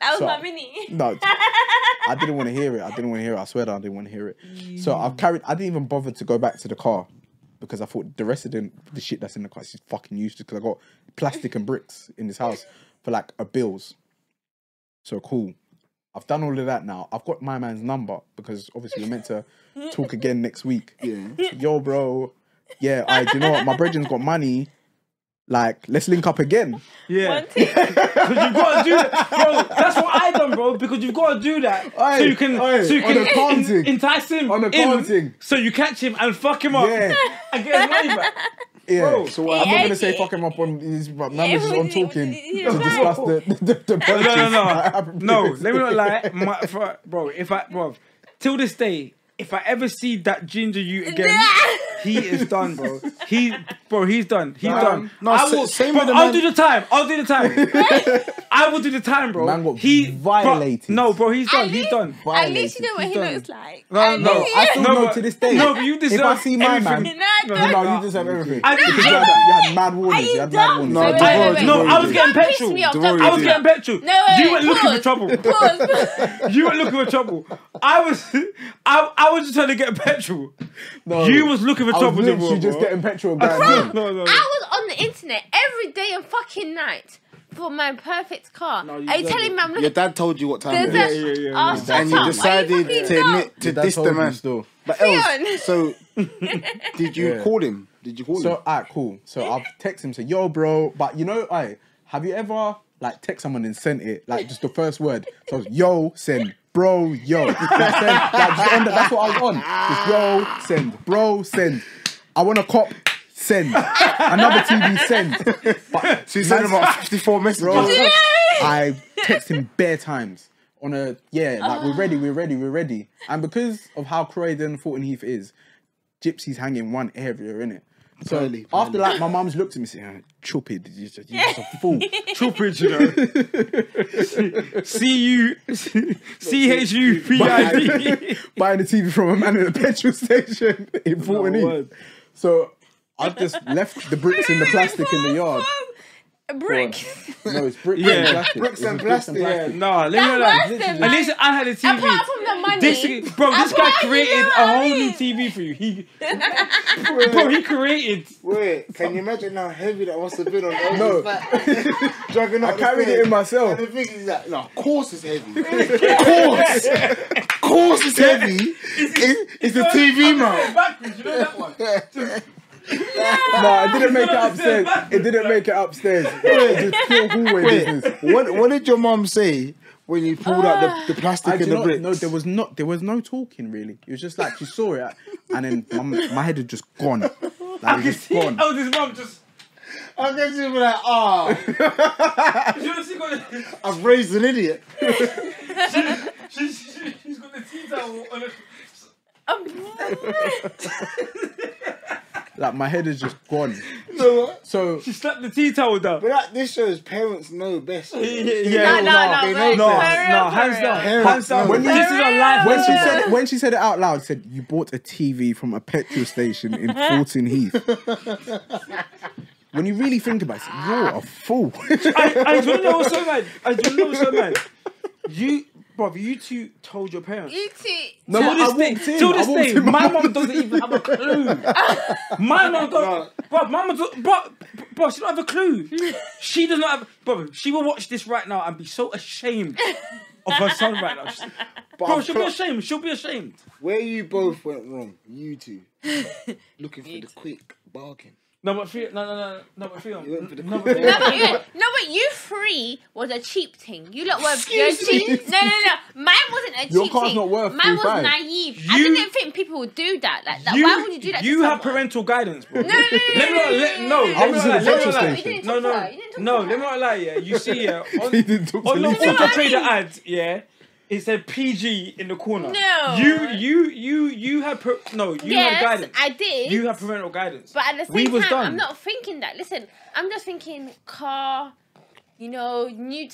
That was So- my mini. No, I didn't want to hear it. I didn't want to hear it. I swear that I didn't want to hear it. So I've carried. I didn't even bother to go back to the car because I thought the rest of the, the shit that's in the car is just fucking useless. Because I got plastic and bricks in this house for like a bills. So cool. I've done all of that now. I've got my man's number because obviously we're meant to talk again next week. Yeah. Yo, bro. Yeah, I. do you know what? My brethren's got money. Like, let's link up again. yeah. One thing. Because you've got to do that, bro. That's what I done, bro. Because you've got to do that Aye, so you can, aye, so you on can a counting. entice him On a in, counting. so you catch him and fuck him up Yeah. and get his money back. Yeah. Bro, so what- I'm not gonna Yeah, say yeah. fuck him up on these but man, this is Yeah, on what did- what talking did he to write? discuss the the, No, no, the, the purchase that no, happened no. previously. Let me not lie, my, for, bro. If I, bro, till this day, if I ever see that ginger you again, he is done, bro. He, bro, he's done. He's done. no, I sa- will, same bro, with the I'll man- do the time. I'll do the time. I will do the time, bro. Man got he bro- violated. no, bro, he's done. At he's least- done. At least you know what He's he done. looks like. No, At no, least- I still No, know but- to this day. No, but you deserve. if I see my everything. man, No, No, don't. no, you deserve everything. I- Because you had, you had mad warnings. you You had mad dumb? warnings. No, Wait, wait, Devour- wait, wait. no, I was Devour- getting Don't piss petrol. me off. Don't Don't worry, I was piss me getting petrol. No, wait, you wait, weren't looking for pause. trouble. Pause. You were looking for trouble. I was, I, I was just trying to get petrol. you was looking for I was trouble. literally Deborah, just bro. getting petrol. Guys, No, no, no. I was on the internet every day and fucking night for my perfect car. you Are you don't. telling me I'm Your looking? dad told you what time There's it is. a- yeah, yeah, Oh, yeah. shut And you up. Are decided fucking to dumb? admit to diss the man. Still. But Theon. else, so did you Yeah. call him? Did you call him? So, alright, cool. So I've text him, say, yo, bro. But you know, I have you ever like text someone and sent it like just the first word? So I was, yo, send, bro, yo. Like, send, like, just end it. That's what I was on. Just yo, send, bro, send. I want a cop. Send another TV. Send. But So you sent him about 54 Bro, messages. I text him bare times on a yeah, like we're ready, we're ready, we're ready. And because of how Croydon Fulton Heath is, gypsies hang in one area, innit? So Pearly, after like my mum's looked at me saying, Chuppy, you're just, you're just a fool. Stupid, you know. C U C H U P I D. Buying a TV from a man in a petrol station in Fulton Heath. word. So I just left the bricks and the plastic in the yard. Bricks. No, it's bricks Yeah. and plastic. Bricks It was and bricks plastic, yeah. No, let me That's not lie. worse than At least mine. I had a TV. Apart from the money. This bro, this guy Apart from created the a whole new money. TV for you. He, bro, he created. Wait, can you imagine how heavy that must have been on Elvis? No. back? Dragging I up the carried thing. it in myself. And the thing is that, no, course is heavy. course! course is heavy. It's, it's the TV mount. Backwards, you know that one. No, it didn't make it It's upstairs. not It didn't make it upstairs. It's just pure hallway business. What, what did your mom say when you pulled Ah. out the, the Ah, plastic I do and the not- bricks? no, there was not. There was no talking really. It was just like she saw it, and then my, my head had just gone. Like, it I can was just see. gone. Oh, this mum just. I guess you'd be like, ah, You know, she got. I've raised an idiot. She, she, she's got the tea towel on her. Like my head is just gone. So what? So She slapped the tea towel down. But that, this shows parents know best. Yeah, No, no, they know no, bro, no, best. for no, real, for hands real. down, Parents hands down. know When this you- is a live when she lesson. said it, when she said it out loud, she said you bought a TV from a petrol station in Fulton Heath. When you really think about it, you're a fool. I do you know what's so mad. I do you know what's so mad. You, bruv, you two told your parents. You two. no, Till I this walked day, in, till I this walked day, in, my mum doesn't even have a clue. my mum doesn't, bro. My mum, doesn't- bro, bro, she don't have a clue. She does not have, bro. She will watch this right now and be so ashamed of her son right now. She's- bro, she'll be ashamed. She'll be ashamed. Where you both went wrong, you two, looking for the quick bargain. Number three. No, no, no, number three. You went for the Number quick three. No, but you, no, but you three was a cheap thing. You lot were you're cheap. No, no, no. Mine wasn't a cheap Your car's thing. not worth Mine was 3.5. naive. I You- didn't think people would do that. Like, that. why would you do that? to You have someone? parental guidance, bro. No, no, no, no, Let me not. Let, no, no, let me not was in lie. the Let me petrol not lie. station. You didn't No, talk to her. no, You didn't talk no. to Let her. me not lie. Yeah, you see, yeah, on, He didn't talk to on the Lisa. what Auto I Trader mean? ads, yeah, it said PG in the corner. No. you, you, you, you had per- no. You yes, had guidance. I did. You had parental guidance. But at the same We was time, done. I'm not thinking that. Listen, I'm just thinking car, you know, new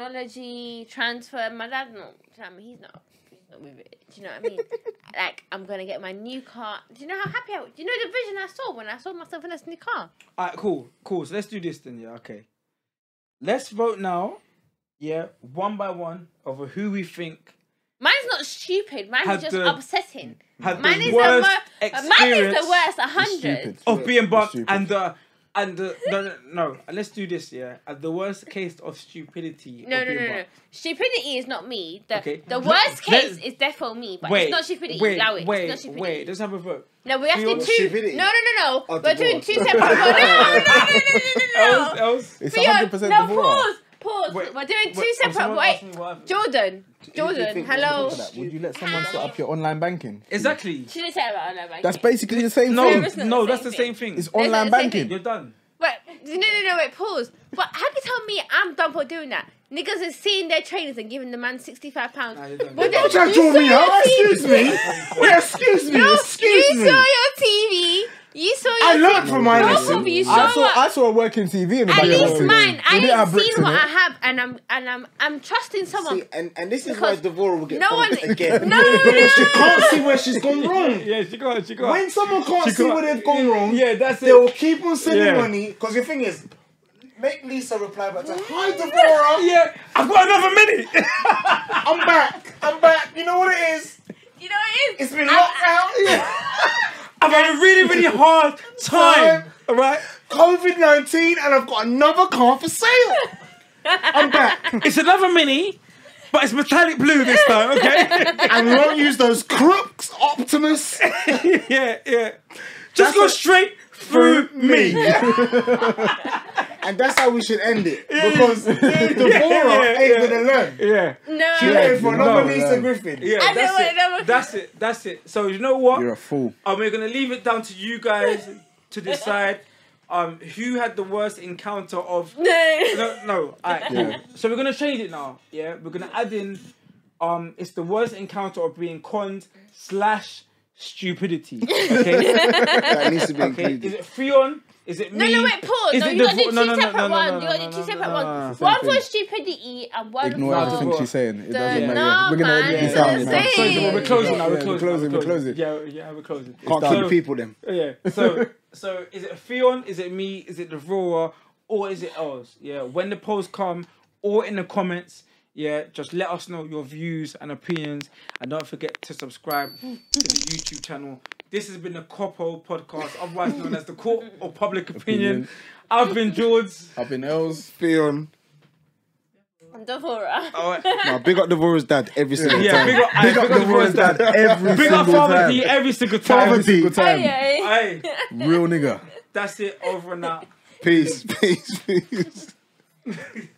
technology transfer. My dad, no, I mean, he's not. he's not with it. Do you know what I mean? like, I'm gonna get my new car. Do you know how happy I? Do you know the vision I saw when I saw myself in this new car? Alright, cool, cool. So let's do this then. Yeah, okay. Let's vote now. Yeah, one by one over who we think Mine's not stupid. Mine's Had just the- upsetting. had Mine the is worst the worst. experience. Mine is the worst. A It's hundred. stupid. of being bumped Stupid. and the and the no, no no let's do this yeah at the worst case of stupidity No, of no, being no, no. bumped. Stupidity is not me. The, Okay. the Let- worst case let- is defo me, but wait it's not stupidity. wait allow it. wait it's not stupidity. wait let's have a vote No, we have We to want do. stupidity. No, no, no, Oh, no. We're doing divorce. two separate. No, no, no, no, no, no, Else- no. else- It's We are- 100% no, divorce. pause, pause. Wait, We're doing two wait, separate. someone Wait, asked me what happened. Jordan, Jordan, think- hello. Look at that. Would you let someone set up your online banking? exactly She didn't say about her, like, That's basically the same no Wait, thing. it's not no the that's same the same thing It's not online the same thing. banking. you're done Wait, no, no, no, wait, pause. But how can you tell me I'm done for doing that? Niggas is seeing their trainers and giving the man sixty-five pounds. Nah, you don't do But then Don't try to draw you me saw out. your Excuse TV. me. Yeah, excuse me. No, excuse you me. saw your TV. You saw your. I learned TV. from my Both lesson. of you saw I saw what- I saw a working TV in the At background. least mine. I We didn't ain't have bricks seen in what it. I have, and I'm and I'm I'm trusting someone. See, and, and this is why Because Devorah will get no one- bumped again. No, no, no, no, She can't see where she's gone wrong. yeah she got she got When someone can't She see can't- where they've gone wrong, yeah that's they will it keep on sending Yeah. money. Because the thing is, make Lisa reply back to Hi Deborah, yeah I've got another minute I'm back. I'm back. You know what it is? You know it is. It's been locked out. Yeah. I've had a really really hard time Time. all right COVID 19 and I've got another car for sale. I'm back. it's another mini but it's metallic blue this time okay And we won't use those crooks, Optimus. yeah yeah just go straight through me. And that's how we should end it. Because Deborah yeah, ain't yeah. gonna learn. Yeah. No. She waited for No, another no. Lisa Griffin. Yeah, I know that's what- it. I know what- That's it. That's it. So you know what? You're a fool. Um, we're gonna leave it down to you guys to decide um who had the worst encounter of No. no no. Alright, cool. So we're gonna change it now. Yeah, we're gonna add in um it's the worst encounter of being conned slash stupidity. Okay, that needs to be okay. Is included. it Freon? Is it No, me? no, wait, pause. Is no, it you the got to vo- do no, two no, no, separate no, no, ones. You no, got to do no, two no, separate no, no, ones. no, One for thing. stupidity and one Ignore No, for. everything no. she's saying. It No, doesn't matter. no, We're gonna man, edit this it's out. the man. same. Sorry, Jamal, we're closing now. We're Yeah, closing. closing. now, We're closing. Yeah, yeah, we're closing. Can't So- keep the people then. Yeah. So so is it Fion? Is it me? Is it Devora? Or is it us? Yeah. When the polls come or in the comments, yeah, just let us know your views and opinions. And don't forget to subscribe to the YouTube channel. This has been the Copo podcast, otherwise known as the Court of Public Opinion. Opinion. I've been George. Up in L's. Fion. I'm Devorah. Oh. Now, big up Devorah's dad every single Yeah, time. big up, big up Devora's dad. Every Big single up Father time. D every single Every time. single Oh, time. yeah. Aye, Real nigga. that's it. Over and out. Peace, peace, peace.